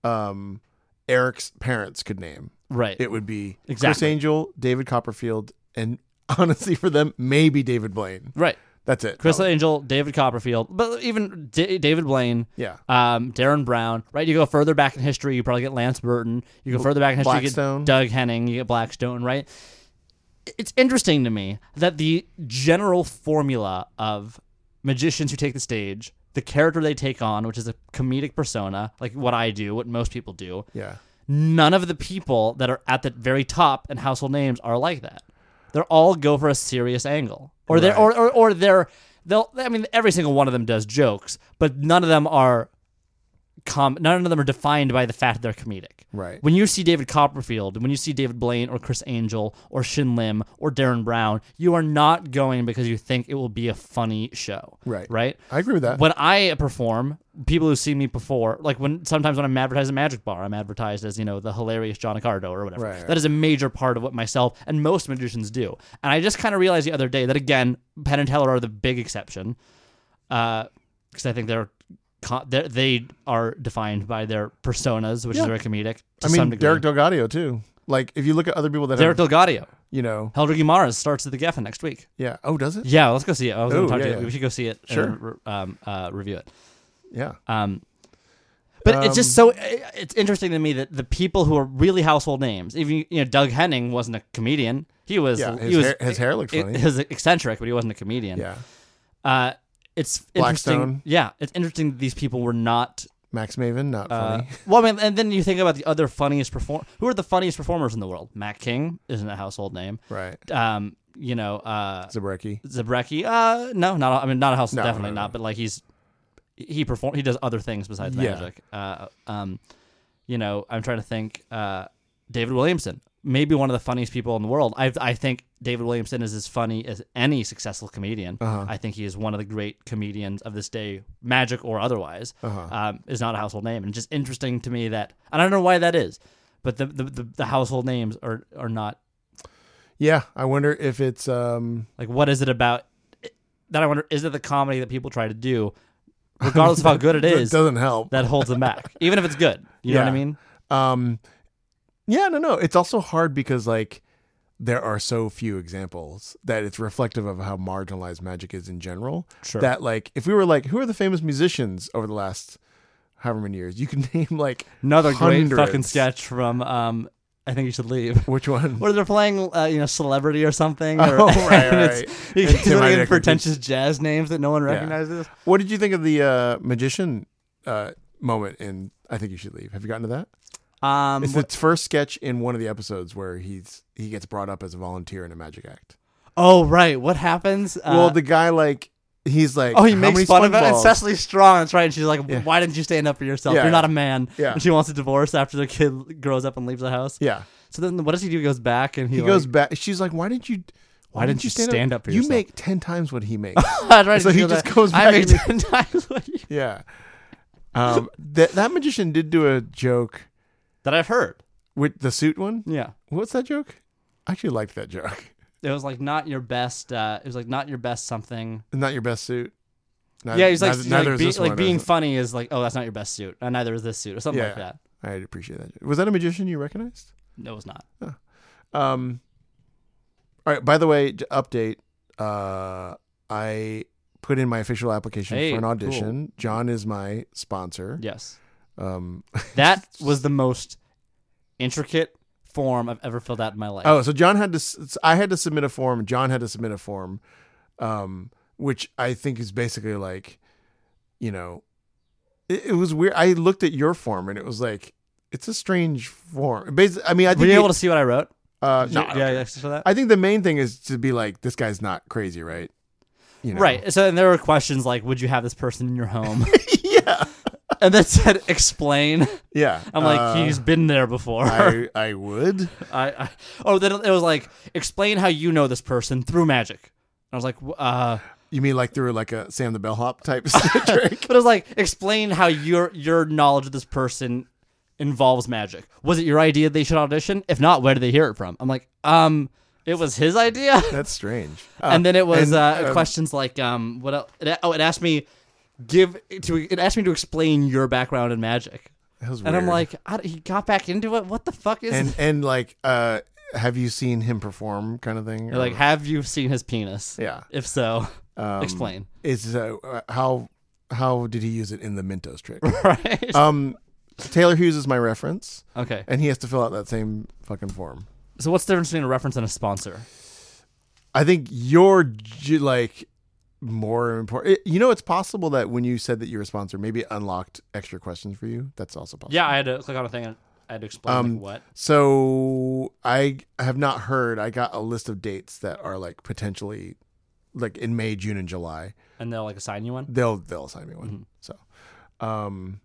A: um Eric's parents could name
B: right,
A: it would be Chris
B: Exactly.
A: Angel, David Copperfield, and <laughs> honestly, for them, maybe David Blaine.
B: right.
A: That's it.
B: Chris
A: probably.
B: Angel, David Copperfield, but even D- David Blaine,
A: yeah,
B: um, Darren Brown, right? You go further back in history, you probably get Lance Burton. You go further back in history,
A: Blackstone.
B: you get Doug Henning, you get Blackstone, right? It's interesting to me that the general formula of magicians who take the stage, the character they take on, which is a comedic persona, like what I do, what most people do,
A: yeah.
B: none of the people that are at the very top and household names are like that. They're all go for a serious angle, or they're or, or or they're they'll. I mean, every single one of them does jokes, but none of them are. Com- none of them are defined by the fact that they're comedic.
A: Right.
B: When you see David Copperfield, when you see David Blaine or Chris Angel or Shin Lim or Darren Brown, you are not going because you think it will be a funny show.
A: Right.
B: Right
A: I agree with that.
B: when I perform, people who've seen me before, like when sometimes when I'm advertised at Magic Bar, I'm advertised as you know the hilarious John Accardo or whatever.
A: Right, right.
B: That is a major part of what myself and most magicians do. And I just kind of realized the other day that again, Penn and Teller are the big exception, because I think they're, con- they're they are defined by their personas, which is very comedic. To
A: I
B: some
A: mean,
B: degree.
A: Derek Delgadio too. Like, if you look at other people that
B: Derek
A: have,
B: Delgadio,
A: you know,
B: Helder Guimaraes starts at the Geffen next week.
A: yeah. Oh, does it?
B: Yeah, let's go see it. I was going
A: Ooh,
B: to talk to
A: yeah,
B: you.
A: yeah.
B: We should go see it.
A: Sure.
B: And, then re- um, uh, review it.
A: Yeah.
B: Um, but it's just
A: Um,
B: so it's interesting to me that the people who are really household names, even you know, Doug Henning wasn't a comedian. He was
A: Yeah, his
B: he was
A: hair- his hair looked
B: he-
A: funny.
B: <laughs> He was eccentric, but he wasn't a comedian.
A: Yeah.
B: Uh, it's
A: Blackstone.
B: interesting. Yeah, it's interesting that these people were not.
A: Max Maven, not
B: Uh,
A: funny.
B: <laughs> well, I mean, and then you think about the other funniest perform. Who are the funniest performers in the world? Matt King isn't a household name.
A: Right.
B: Um, you know, uh,
A: Zabrecki.
B: Zabrecki. Uh, no, not. I mean, not a house.
A: No,
B: definitely
A: no, no.
B: not. But like he's he perform. He does other things besides
A: Yeah.
B: magic. Uh, um, you know, I'm trying to think. Uh, David Williamson, maybe one of the funniest people in the world. I I think David Williamson is as funny as any successful comedian.
A: Uh-huh.
B: I think he is one of the great comedians of this day, magic or otherwise.
A: Uh-huh.
B: Um, is not a household name, and it's just interesting to me that and I don't know why that is, but the the, the, the household names are are not
A: Yeah. I wonder if it's um.
B: like, what is it about that I wonder? Is it the comedy that people try to do, regardless of how
A: <laughs>
B: good it
A: It
B: is,
A: doesn't help.
B: that holds them back? Even if it's good, you know what I
A: Yeah.
B: mean?
A: Um. Yeah. No. No. It's also hard because like. There are so few examples that it's reflective of how marginalized magic is in general.
B: Sure.
A: that like if we were like who are the famous musicians over the last however many years you can <laughs> name like
B: Another
A: hundreds.
B: great fucking sketch from um, I think you should leave. <laughs>
A: which one
B: Where they're playing, uh, you know, celebrity or something.
A: <laughs>
B: Or,
A: Oh, right,
B: and
A: right.
B: <laughs> it's- You
A: And
B: get
A: Tim
B: really
A: Heidecker
B: pretentious jazz names that no one recognizes.
A: what did you think of the uh magician uh moment in i think you should leave have you gotten to that
B: Um,
A: it's the first sketch in one of the episodes where he's he gets brought up as a volunteer in a magic act
B: oh, right. What happens? Uh,
A: well the guy like he's like,
B: Oh, he
A: "How
B: makes
A: many
B: fun
A: sponge
B: of it. And
A: balls?"
B: Cecily's strong. That's right. And she's like,
A: Yeah.
B: "Why didn't you stand up for yourself?
A: Yeah.
B: You're not a man."
A: Yeah.
B: And she wants a divorce after the kid grows up and leaves the house.
A: Yeah,
B: So then, what does he do? He goes back and he,
A: he goes
B: like-
A: back. She's like, "Why didn't you?
B: Why didn't you stand up for
A: you
B: yourself?"
A: make ten times what he
B: <laughs>
A: makes."
B: That's right.
A: So he
B: goes
A: just
B: back,
A: goes
B: I
A: back
B: make
A: and-
B: ten <laughs> times what you
A: yeah, um, that that magician did do a joke
B: that I've heard.
A: with the suit one.
B: Yeah.
A: What's that joke? I actually liked that joke. <laughs>
B: It was like not your best. Uh, it was like not your best something.
A: Not your best suit. Neither-
B: yeah, he's like,
A: neither,
B: like,
A: neither is
B: be-
A: this
B: like
A: one,
B: being
A: is it?
B: funny is like, oh, that's not your best suit, and neither is this suit, or something like
A: Yeah.
B: that.
A: I appreciate that. Was that a magician you recognized?
B: No, it's not.
A: Um. All right. By the way, j- update. Uh, I put in my official application
B: Hey,
A: for an audition. John is my sponsor.
B: Yes,
A: Um.
B: that was the most intricate form I've ever filled out in my life.
A: Oh, so John had to. s- I had to submit a form. John had to submit a form. Um, which I think is basically like, you know, it, it was weird. I looked at your form and it was like, it's a strange form. Basically, I mean, I
B: Were
A: think
B: you
A: it-
B: able to see what I wrote?
A: uh,
B: Did
A: no,
B: you-
A: I don't
B: yeah,
A: care.
B: yeah, for that.
A: I think the main thing is to be like, this guy's not crazy, right? You know?
B: Right. So and there were questions like, would you have this person in your home?
A: <laughs> yeah.
B: and then said, explain.
A: Yeah.
B: I'm like,
A: Uh,
B: he's been there before.
A: I, I would.
B: I, I oh then it was like explain how you know this person through magic. And I was like, w- uh,
A: You mean like through like a Sam the Bellhop type <laughs> trick?
B: but it was like explain how your your knowledge of this person involves magic. Was it your idea they should audition? If not, where did they hear it from? I'm like, um, it was his idea.
A: That's strange.
B: and then it was
A: Uh, and,
B: uh,
A: um,
B: questions like, um, what else? It, oh, it asked me give to it asked me to explain your background in magic.
A: That was
B: And I'm
A: weird.
B: like, I, he got back into it. What the fuck is?
A: and
B: this?
A: and like, uh, have you seen him perform? Kind of thing. Or,
B: like, have you seen his penis?
A: um, yeah.
B: If so,
A: Um,
B: explain.
A: Is uh, uh, how how did he use it in the Mentos trick?
B: <laughs> Right.
A: um, Taylor Hughes is my reference,
B: Okay.
A: and he has to fill out that same fucking form.
B: So what's the difference between a reference and a sponsor?
A: I think you're j- like more important. You know, it's possible that when you said that you're a sponsor, maybe it unlocked extra questions for you. That's also possible.
B: Yeah, I had to click on a thing and I had to explain
A: Um,
B: like, what.
A: So I have not heard. I got a list of dates that are like potentially like in May, June, and July.
B: And they'll like assign you one.
A: They'll they'll assign me one.
B: Mm-hmm.
A: So, um,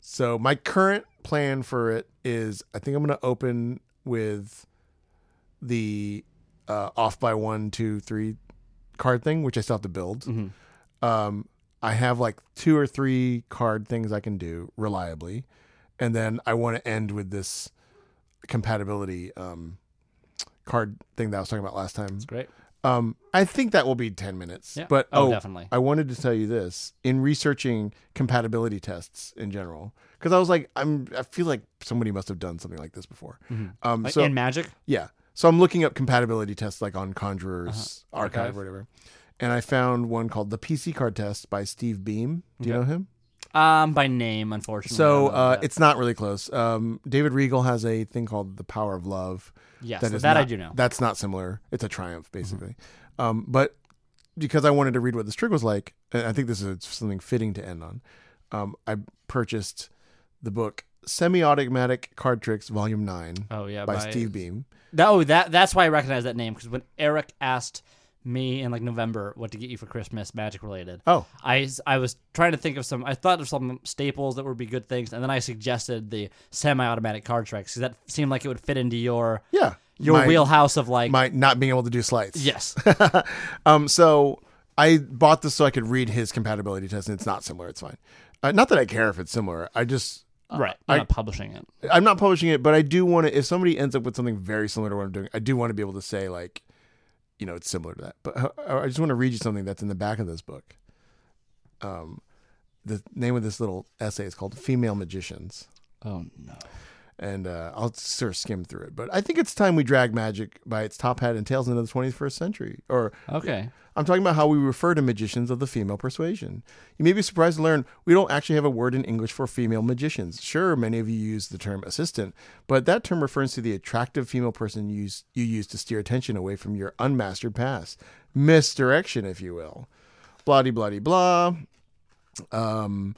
A: so my current plan for it is I think I'm gonna open with the uh, off by one, two, three card thing, which I still have to build.
B: Mhm.
A: Um, I have like two or three card things I can do reliably, and then I want to end with this compatibility um, card thing that I was talking about last time.
B: It's great.
A: Um, I think that will be ten minutes.
B: Yeah.
A: But
B: Oh,
A: oh,
B: definitely.
A: I wanted to tell you this in researching compatibility tests in general, because I was like, I'm, I feel like somebody must have done something like this before. Um,
B: Mm-hmm. Like
A: so
B: in magic?
A: yeah. So I'm looking up compatibility tests like on Conjurer's archive,
B: Archive.
A: or whatever. And I found one called the PC card test by Steve Beam. Do you know him?
B: Um, by name, unfortunately.
A: So
B: I don't know
A: uh,
B: that.
A: it's not really close. Um, David Regal has a thing called the Power of Love.
B: Yes,
A: is
B: that I
A: not-
B: do know. Mm-hmm.
A: That's not similar. It's a triumph, basically. Um, but because I wanted to read what this trick was like, and I think this is something fitting to end on, um, I purchased the book Semi-Automatic Card Tricks, Volume 9
B: oh yeah,
A: by Steve Beam.
B: That, oh, that that's why I recognize that name because when Eric asked me in like November what to get you for Christmas, magic related.
A: Oh,
B: I, s- I was trying to think of some. I thought of some staples that would be good things, and then I suggested the semi-automatic card tricks because that seemed like it would fit into your
A: yeah.
B: your
A: My-
B: wheelhouse of like
A: my not being able to do slides. <laughs>
B: yes,
A: um, so I bought this so I could read his compatibility test, and it's not similar. It's fine. Uh, not that I care if it's similar. I just
B: right.
A: I-
B: I'm not publishing it.
A: I'm not publishing it, but I do want to. If somebody ends up with something very similar to what I'm doing, I do want to be able to say like, you know, it's similar to that. But uh, I, I just want to read you something that's in the back of this book. Um, the name of this little essay is called "Female Magicians."
B: Oh no.
A: and uh, I'll sort of skim through it. But I think it's time we drag magic by its top hat and tails into the 21st century. Or
B: Okay.
A: I'm talking about how we refer to magicians of the female persuasion. You may be surprised to learn we don't actually have a word in English for female magicians. Sure, many of you use the term assistant, but that term refers to the attractive female person you use, you use to steer attention away from your unmastered past. Misdirection, if you will. Bloody, bloody, blah um,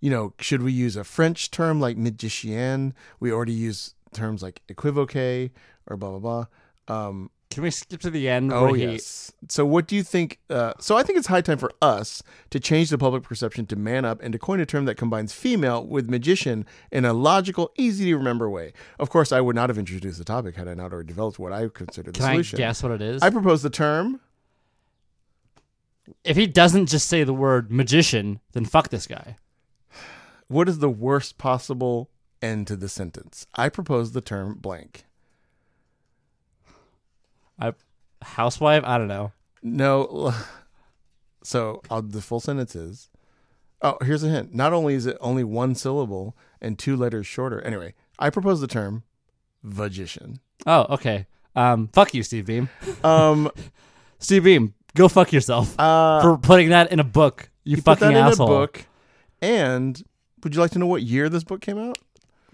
A: you know, should we use a French term like magicien? We already use terms like equivoque or blah blah blah. Um,
B: Can we skip to the end?
A: oh
B: where he,
A: yes, So, what do you think? Uh, so, I think it's high time for us to change the public perception to man up and to coin a term that combines female with magician in a logical, easy to remember way. Of course, I would not have introduced the topic had I not already developed what I consider the
B: Can I
A: solution.
B: guess what it is?
A: I propose the term.
B: if he doesn't just say the word magician, then fuck this guy.
A: What is the worst possible end to the sentence? I propose the term blank.
B: I housewife. I don't know.
A: No. <laughs> l- So I'll, the full sentence is. Oh, here's a hint. Not only is it only one syllable and two letters shorter. Anyway, I propose the term vagician.
B: Oh, okay. Um, fuck you, Steve Beam. <laughs>
A: Um,
B: Steve Beam, go fuck yourself
A: uh,
B: for putting that in a book. You,
A: he put
B: fucking
A: that in
B: asshole.
A: a book. And would you like to know what year this book came out?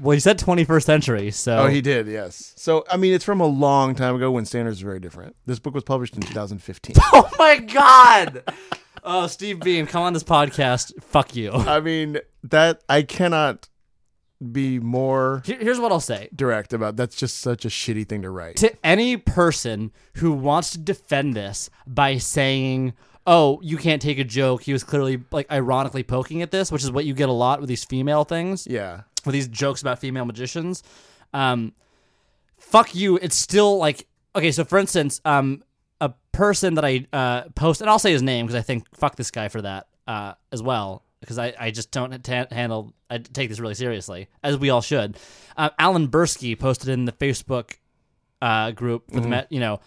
B: Well, you said 21st century, so
A: Oh, he did. Yes. So I mean, it's from a long time ago when standards were very different. This book was published in
B: <laughs>
A: 2015.
B: <laughs> Oh
A: <laughs>
B: my god! oh, Steve Beam, come on this podcast. Fuck you. <laughs>
A: I mean, that I cannot be more
B: Here- here's what I'll say.
A: direct about. That's just such a shitty thing to write.
B: To any person who wants to defend this by saying, oh, you can't take a joke, he was clearly, like, ironically poking at this, which is what you get a lot with these female things,
A: Yeah.
B: with these jokes about female magicians. Um, fuck you. It's still like, okay, so for instance, um, a person that I uh, post, and I'll say his name because I think fuck this guy for that uh, as well, because I, I just don't ta handle, I take this really seriously, as we all should. Uh, Alan Bursky posted in the Facebook uh, group for the
A: Mm-hmm.
B: Met, you know,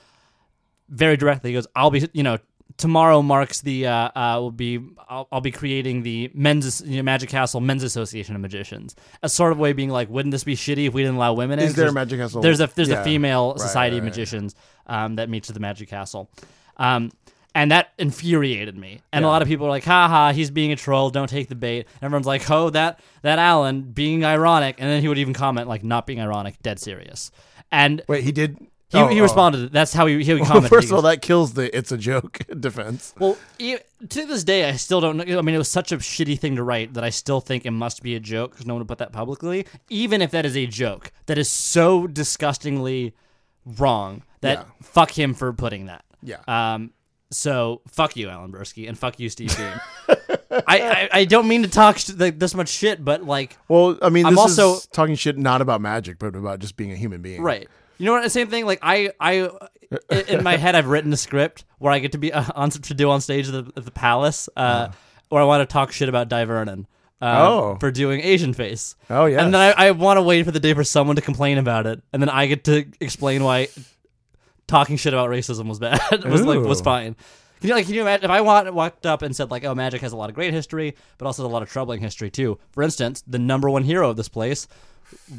B: very directly. He goes, "I'll be, you know, tomorrow marks the, uh, uh will be, I'll, I'll be creating the men's, you know, Magic Castle Men's Association of Magicians." A sort of way being like, "Wouldn't this be shitty if we didn't allow women in?"
A: Is there a
B: 'Cause
A: Magic Castle?
B: There's a there's
A: Yeah.
B: a female society of
A: right, right.
B: magicians um, that meets at the Magic Castle. Um, and that infuriated me. And a lot of people are like, "Ha ha, he's being a troll. Don't take the bait." And everyone's like, "Oh, that that Alan being ironic." And then he would even comment like, "Not being ironic, dead serious." And
A: Wait, he did.
B: he,
A: oh,
B: he
A: oh. <laughs>
B: responded. That's how he, he
A: Well,
B: commented.
A: first of
B: He
A: all,
B: goes,
A: that kills the "it's a joke" <laughs> defense.
B: well, e- to this day, I still don't know. I mean, it was such a shitty thing to write that I still think it must be a joke because no one would put that publicly. Even if that is a joke, that is so disgustingly wrong that
A: Yeah.
B: fuck him for putting that.
A: Yeah.
B: Um. So fuck you, Alan Bursky, and fuck you,
A: <laughs>
B: Steve Beam. I, I I don't mean to talk sh- like, this much shit, but like
A: Well, I mean,
B: I'm
A: this
B: also-
A: is talking shit not about magic, but about just being a human being.
B: Right. You know what? The same thing. Like I, I, in- in my head, I've written a script where I get to be <laughs> uh, on to do on stage at the, at the palace, uh, where I want to talk shit about Di Vernon. Uh,
A: Uh-huh. Oh.
B: for doing Asian face.
A: Oh, yes.
B: and then I, I want to wait for the day for someone to complain about it, and then I get to explain why talking shit about racism was bad <laughs> was like was
A: Ooh.
B: fine. Can you like can you imagine if I wa- walked up and said like oh magic has a lot of great history but also has a lot of troubling history too. For instance, the number one hero of this place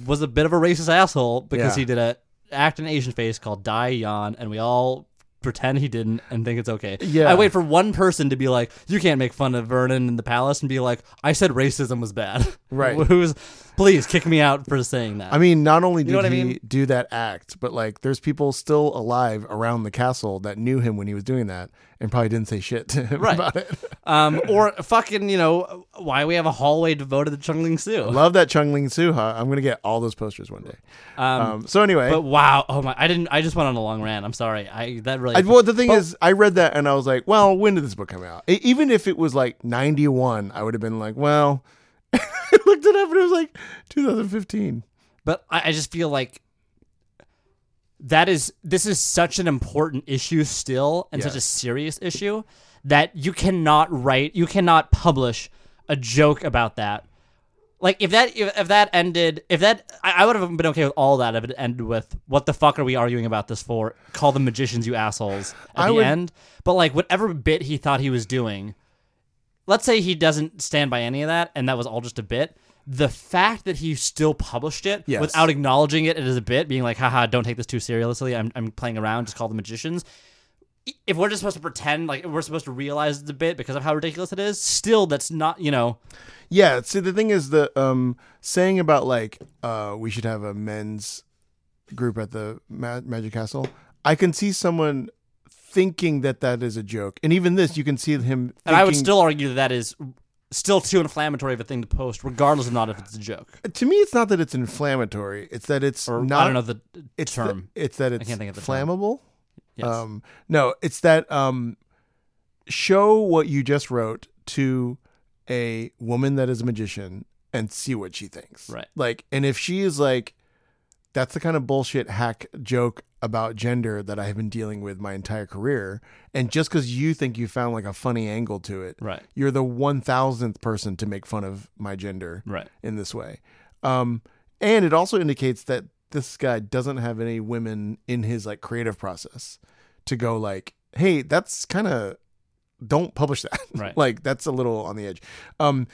B: was a bit of a racist asshole because
A: Yeah.
B: he did a act in Asian face called Dai Yan and we all pretend he didn't and think it's okay.
A: Yeah.
B: I wait for one person to be like you can't make fun of Vernon in the palace and be like I said racism was bad. <laughs>
A: Right.
B: Who's please kick me out for saying that.
A: I mean, not only did
B: know what I
A: he
B: mean?
A: do that act, but like, there's people still alive around the castle that knew him when he was doing that, and probably didn't say shit <laughs> to him
B: Right.
A: about it.
B: Um, or fucking, you know, why we have a hallway devoted to Chung Ling Su.
A: Love that Chung Ling Suha. I'm gonna get all those posters one day. Um, so anyway,
B: But wow, oh my! I didn't. I just went on a long rant. I'm sorry. I that really.
A: I, well, the thing is, I read that and I was like, well, when did this book come out? E- even if it was like 91, I would have been like, well, <laughs> I looked it up and it was like 2015.
B: but I, I just feel like that is this is such an important issue still, and such a
A: Yes.
B: serious issue that you cannot write, you cannot publish a joke about that. Like if that if, if that ended if that I, I would have been okay with all that if it ended with what the fuck are we arguing about this for? Call them magicians, you assholes.
A: I
B: At the
A: would-
B: end, but like whatever bit he thought he was doing, let's say he doesn't stand by any of that and that was all just a bit the fact that he still published it
A: Yes.
B: without acknowledging it as a bit being like haha don't take this too seriously i'm, I'm playing around just call the magicians I- if we're just supposed to pretend like we're supposed to realize it's a bit because of how ridiculous it is still that's not you know
A: Yeah. See, the thing is, the um, saying about like uh, we should have a men's group at the Ma- Magic Castle, I can see someone thinking that that is a joke. And even this, you can see him. Thinking,
B: and i would still argue that that is still too inflammatory of a thing to post regardless of not if it's a joke
A: To me, it's not that it's inflammatory. It's that it's
B: or
A: not.
B: i don't know the
A: it's
B: term
A: The, it's that it's
B: can't think of the term.
A: flammable.
B: Yes.
A: Um, no, it's that um, show what you just wrote to a woman that is a magician and see what she thinks.
B: Right.
A: Like, and if she is like, that's the kind of bullshit hack joke about gender that I have been dealing with my entire career. And just because you think you found like a funny angle to it,
B: Right.
A: you're the 1000th person to make fun of my gender
B: Right.
A: in this way. Um, and it also indicates that this guy doesn't have any women in his like creative process to go like, hey, that's kind of don't publish that. <laughs>
B: Right.
A: like that's a little on the edge. Um,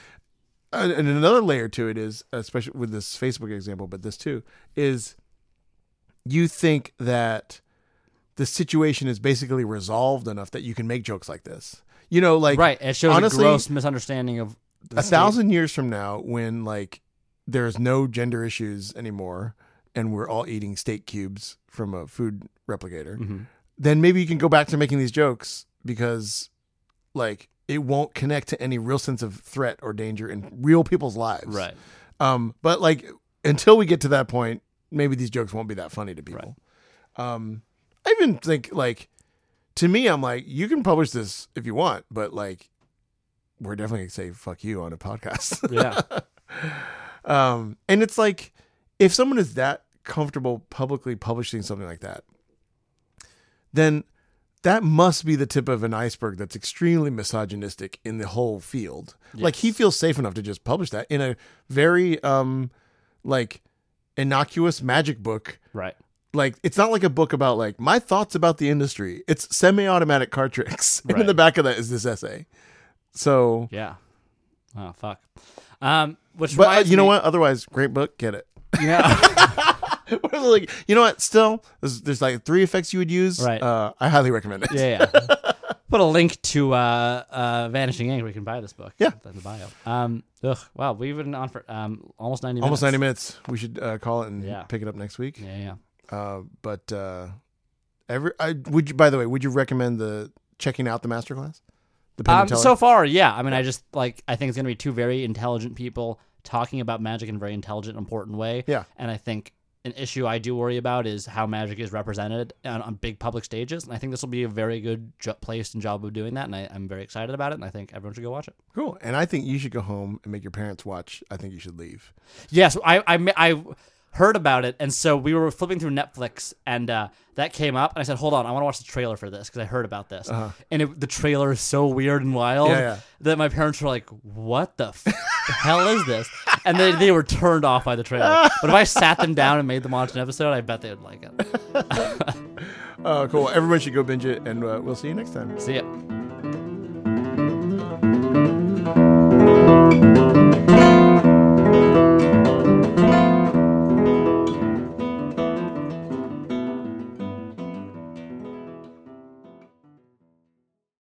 A: and and another layer to it is, especially with this Facebook example, but this too is, you think that the situation is basically resolved enough that you can make jokes like this. You know, like
B: right. It shows
A: honestly,
B: a gross misunderstanding of the
A: a
B: state.
A: thousand years from now when like there's no gender issues anymore and we're all eating steak cubes from a food replicator
B: Mhm.
A: then maybe you can go back to making these jokes because like it won't connect to any real sense of threat or danger in real people's lives <laughs>
B: Right.
A: um but like until we get to that point maybe these jokes won't be that funny to people um i even think like to me i'm like you can publish this if you want but like we're definitely gonna say fuck you on a podcast
B: Yeah.
A: um, and it's like if someone is that comfortable publicly publishing something like that, then that must be the tip of an iceberg that's extremely misogynistic in the whole field. Like he feels safe enough to just publish that in a very um like innocuous magic book.
B: Right.
A: Like it's not like a book about like my thoughts about the industry. It's semi-automatic card tricks. <laughs> And in
B: Right.
A: the back of that is this essay. So
B: Yeah. Oh fuck. Um. Which
A: but uh,
B: reminds
A: you know
B: me-
A: what? Otherwise, great book, get it. <laughs>
B: Yeah.
A: We're like, you know what? Still, there's, there's like three effects you would use.
B: Right.
A: Uh, I highly recommend it.
B: yeah, yeah. Put a link to uh, uh, Vanishing Ink. We can buy this book.
A: Yeah.
B: It's in the bio. Um, ugh, wow, we've been on for um, almost ninety
A: Almost 90
B: minutes.
A: minutes. We should uh, call it and
B: Yeah.
A: pick it up next week.
B: Yeah, yeah.
A: Uh, but uh, every I would you. By the way, would you recommend the checking out the masterclass? The Penn
B: Um,
A: and Teller?
B: so far, yeah. I mean, I just like I think it's gonna be two very intelligent people talking about magic in a very intelligent, important way.
A: Yeah.
B: And I think an issue I do worry about is how magic is represented on, on big public stages. And I think this will be a very good jo- place and job of doing that. And I, I'm very excited about it. And I think everyone should go watch it.
A: cool. And I think you should go home and make your parents watch. I think you should leave.
B: Yes, I, I ma- I heard about it, and so we were flipping through Netflix, and uh, that came up, and I said, "Hold on, I want to watch the trailer for this because I heard about this." And it, the trailer is so weird and wild
A: Uh-huh. Yeah, yeah.
B: that my parents were like, "What the f- hell is this?" And they they were turned off by the trailer. But if I sat them down and made them watch an episode, I bet they would like it.
A: Uh, cool. Everyone should go binge it, and uh, we'll see you next time.
B: See ya.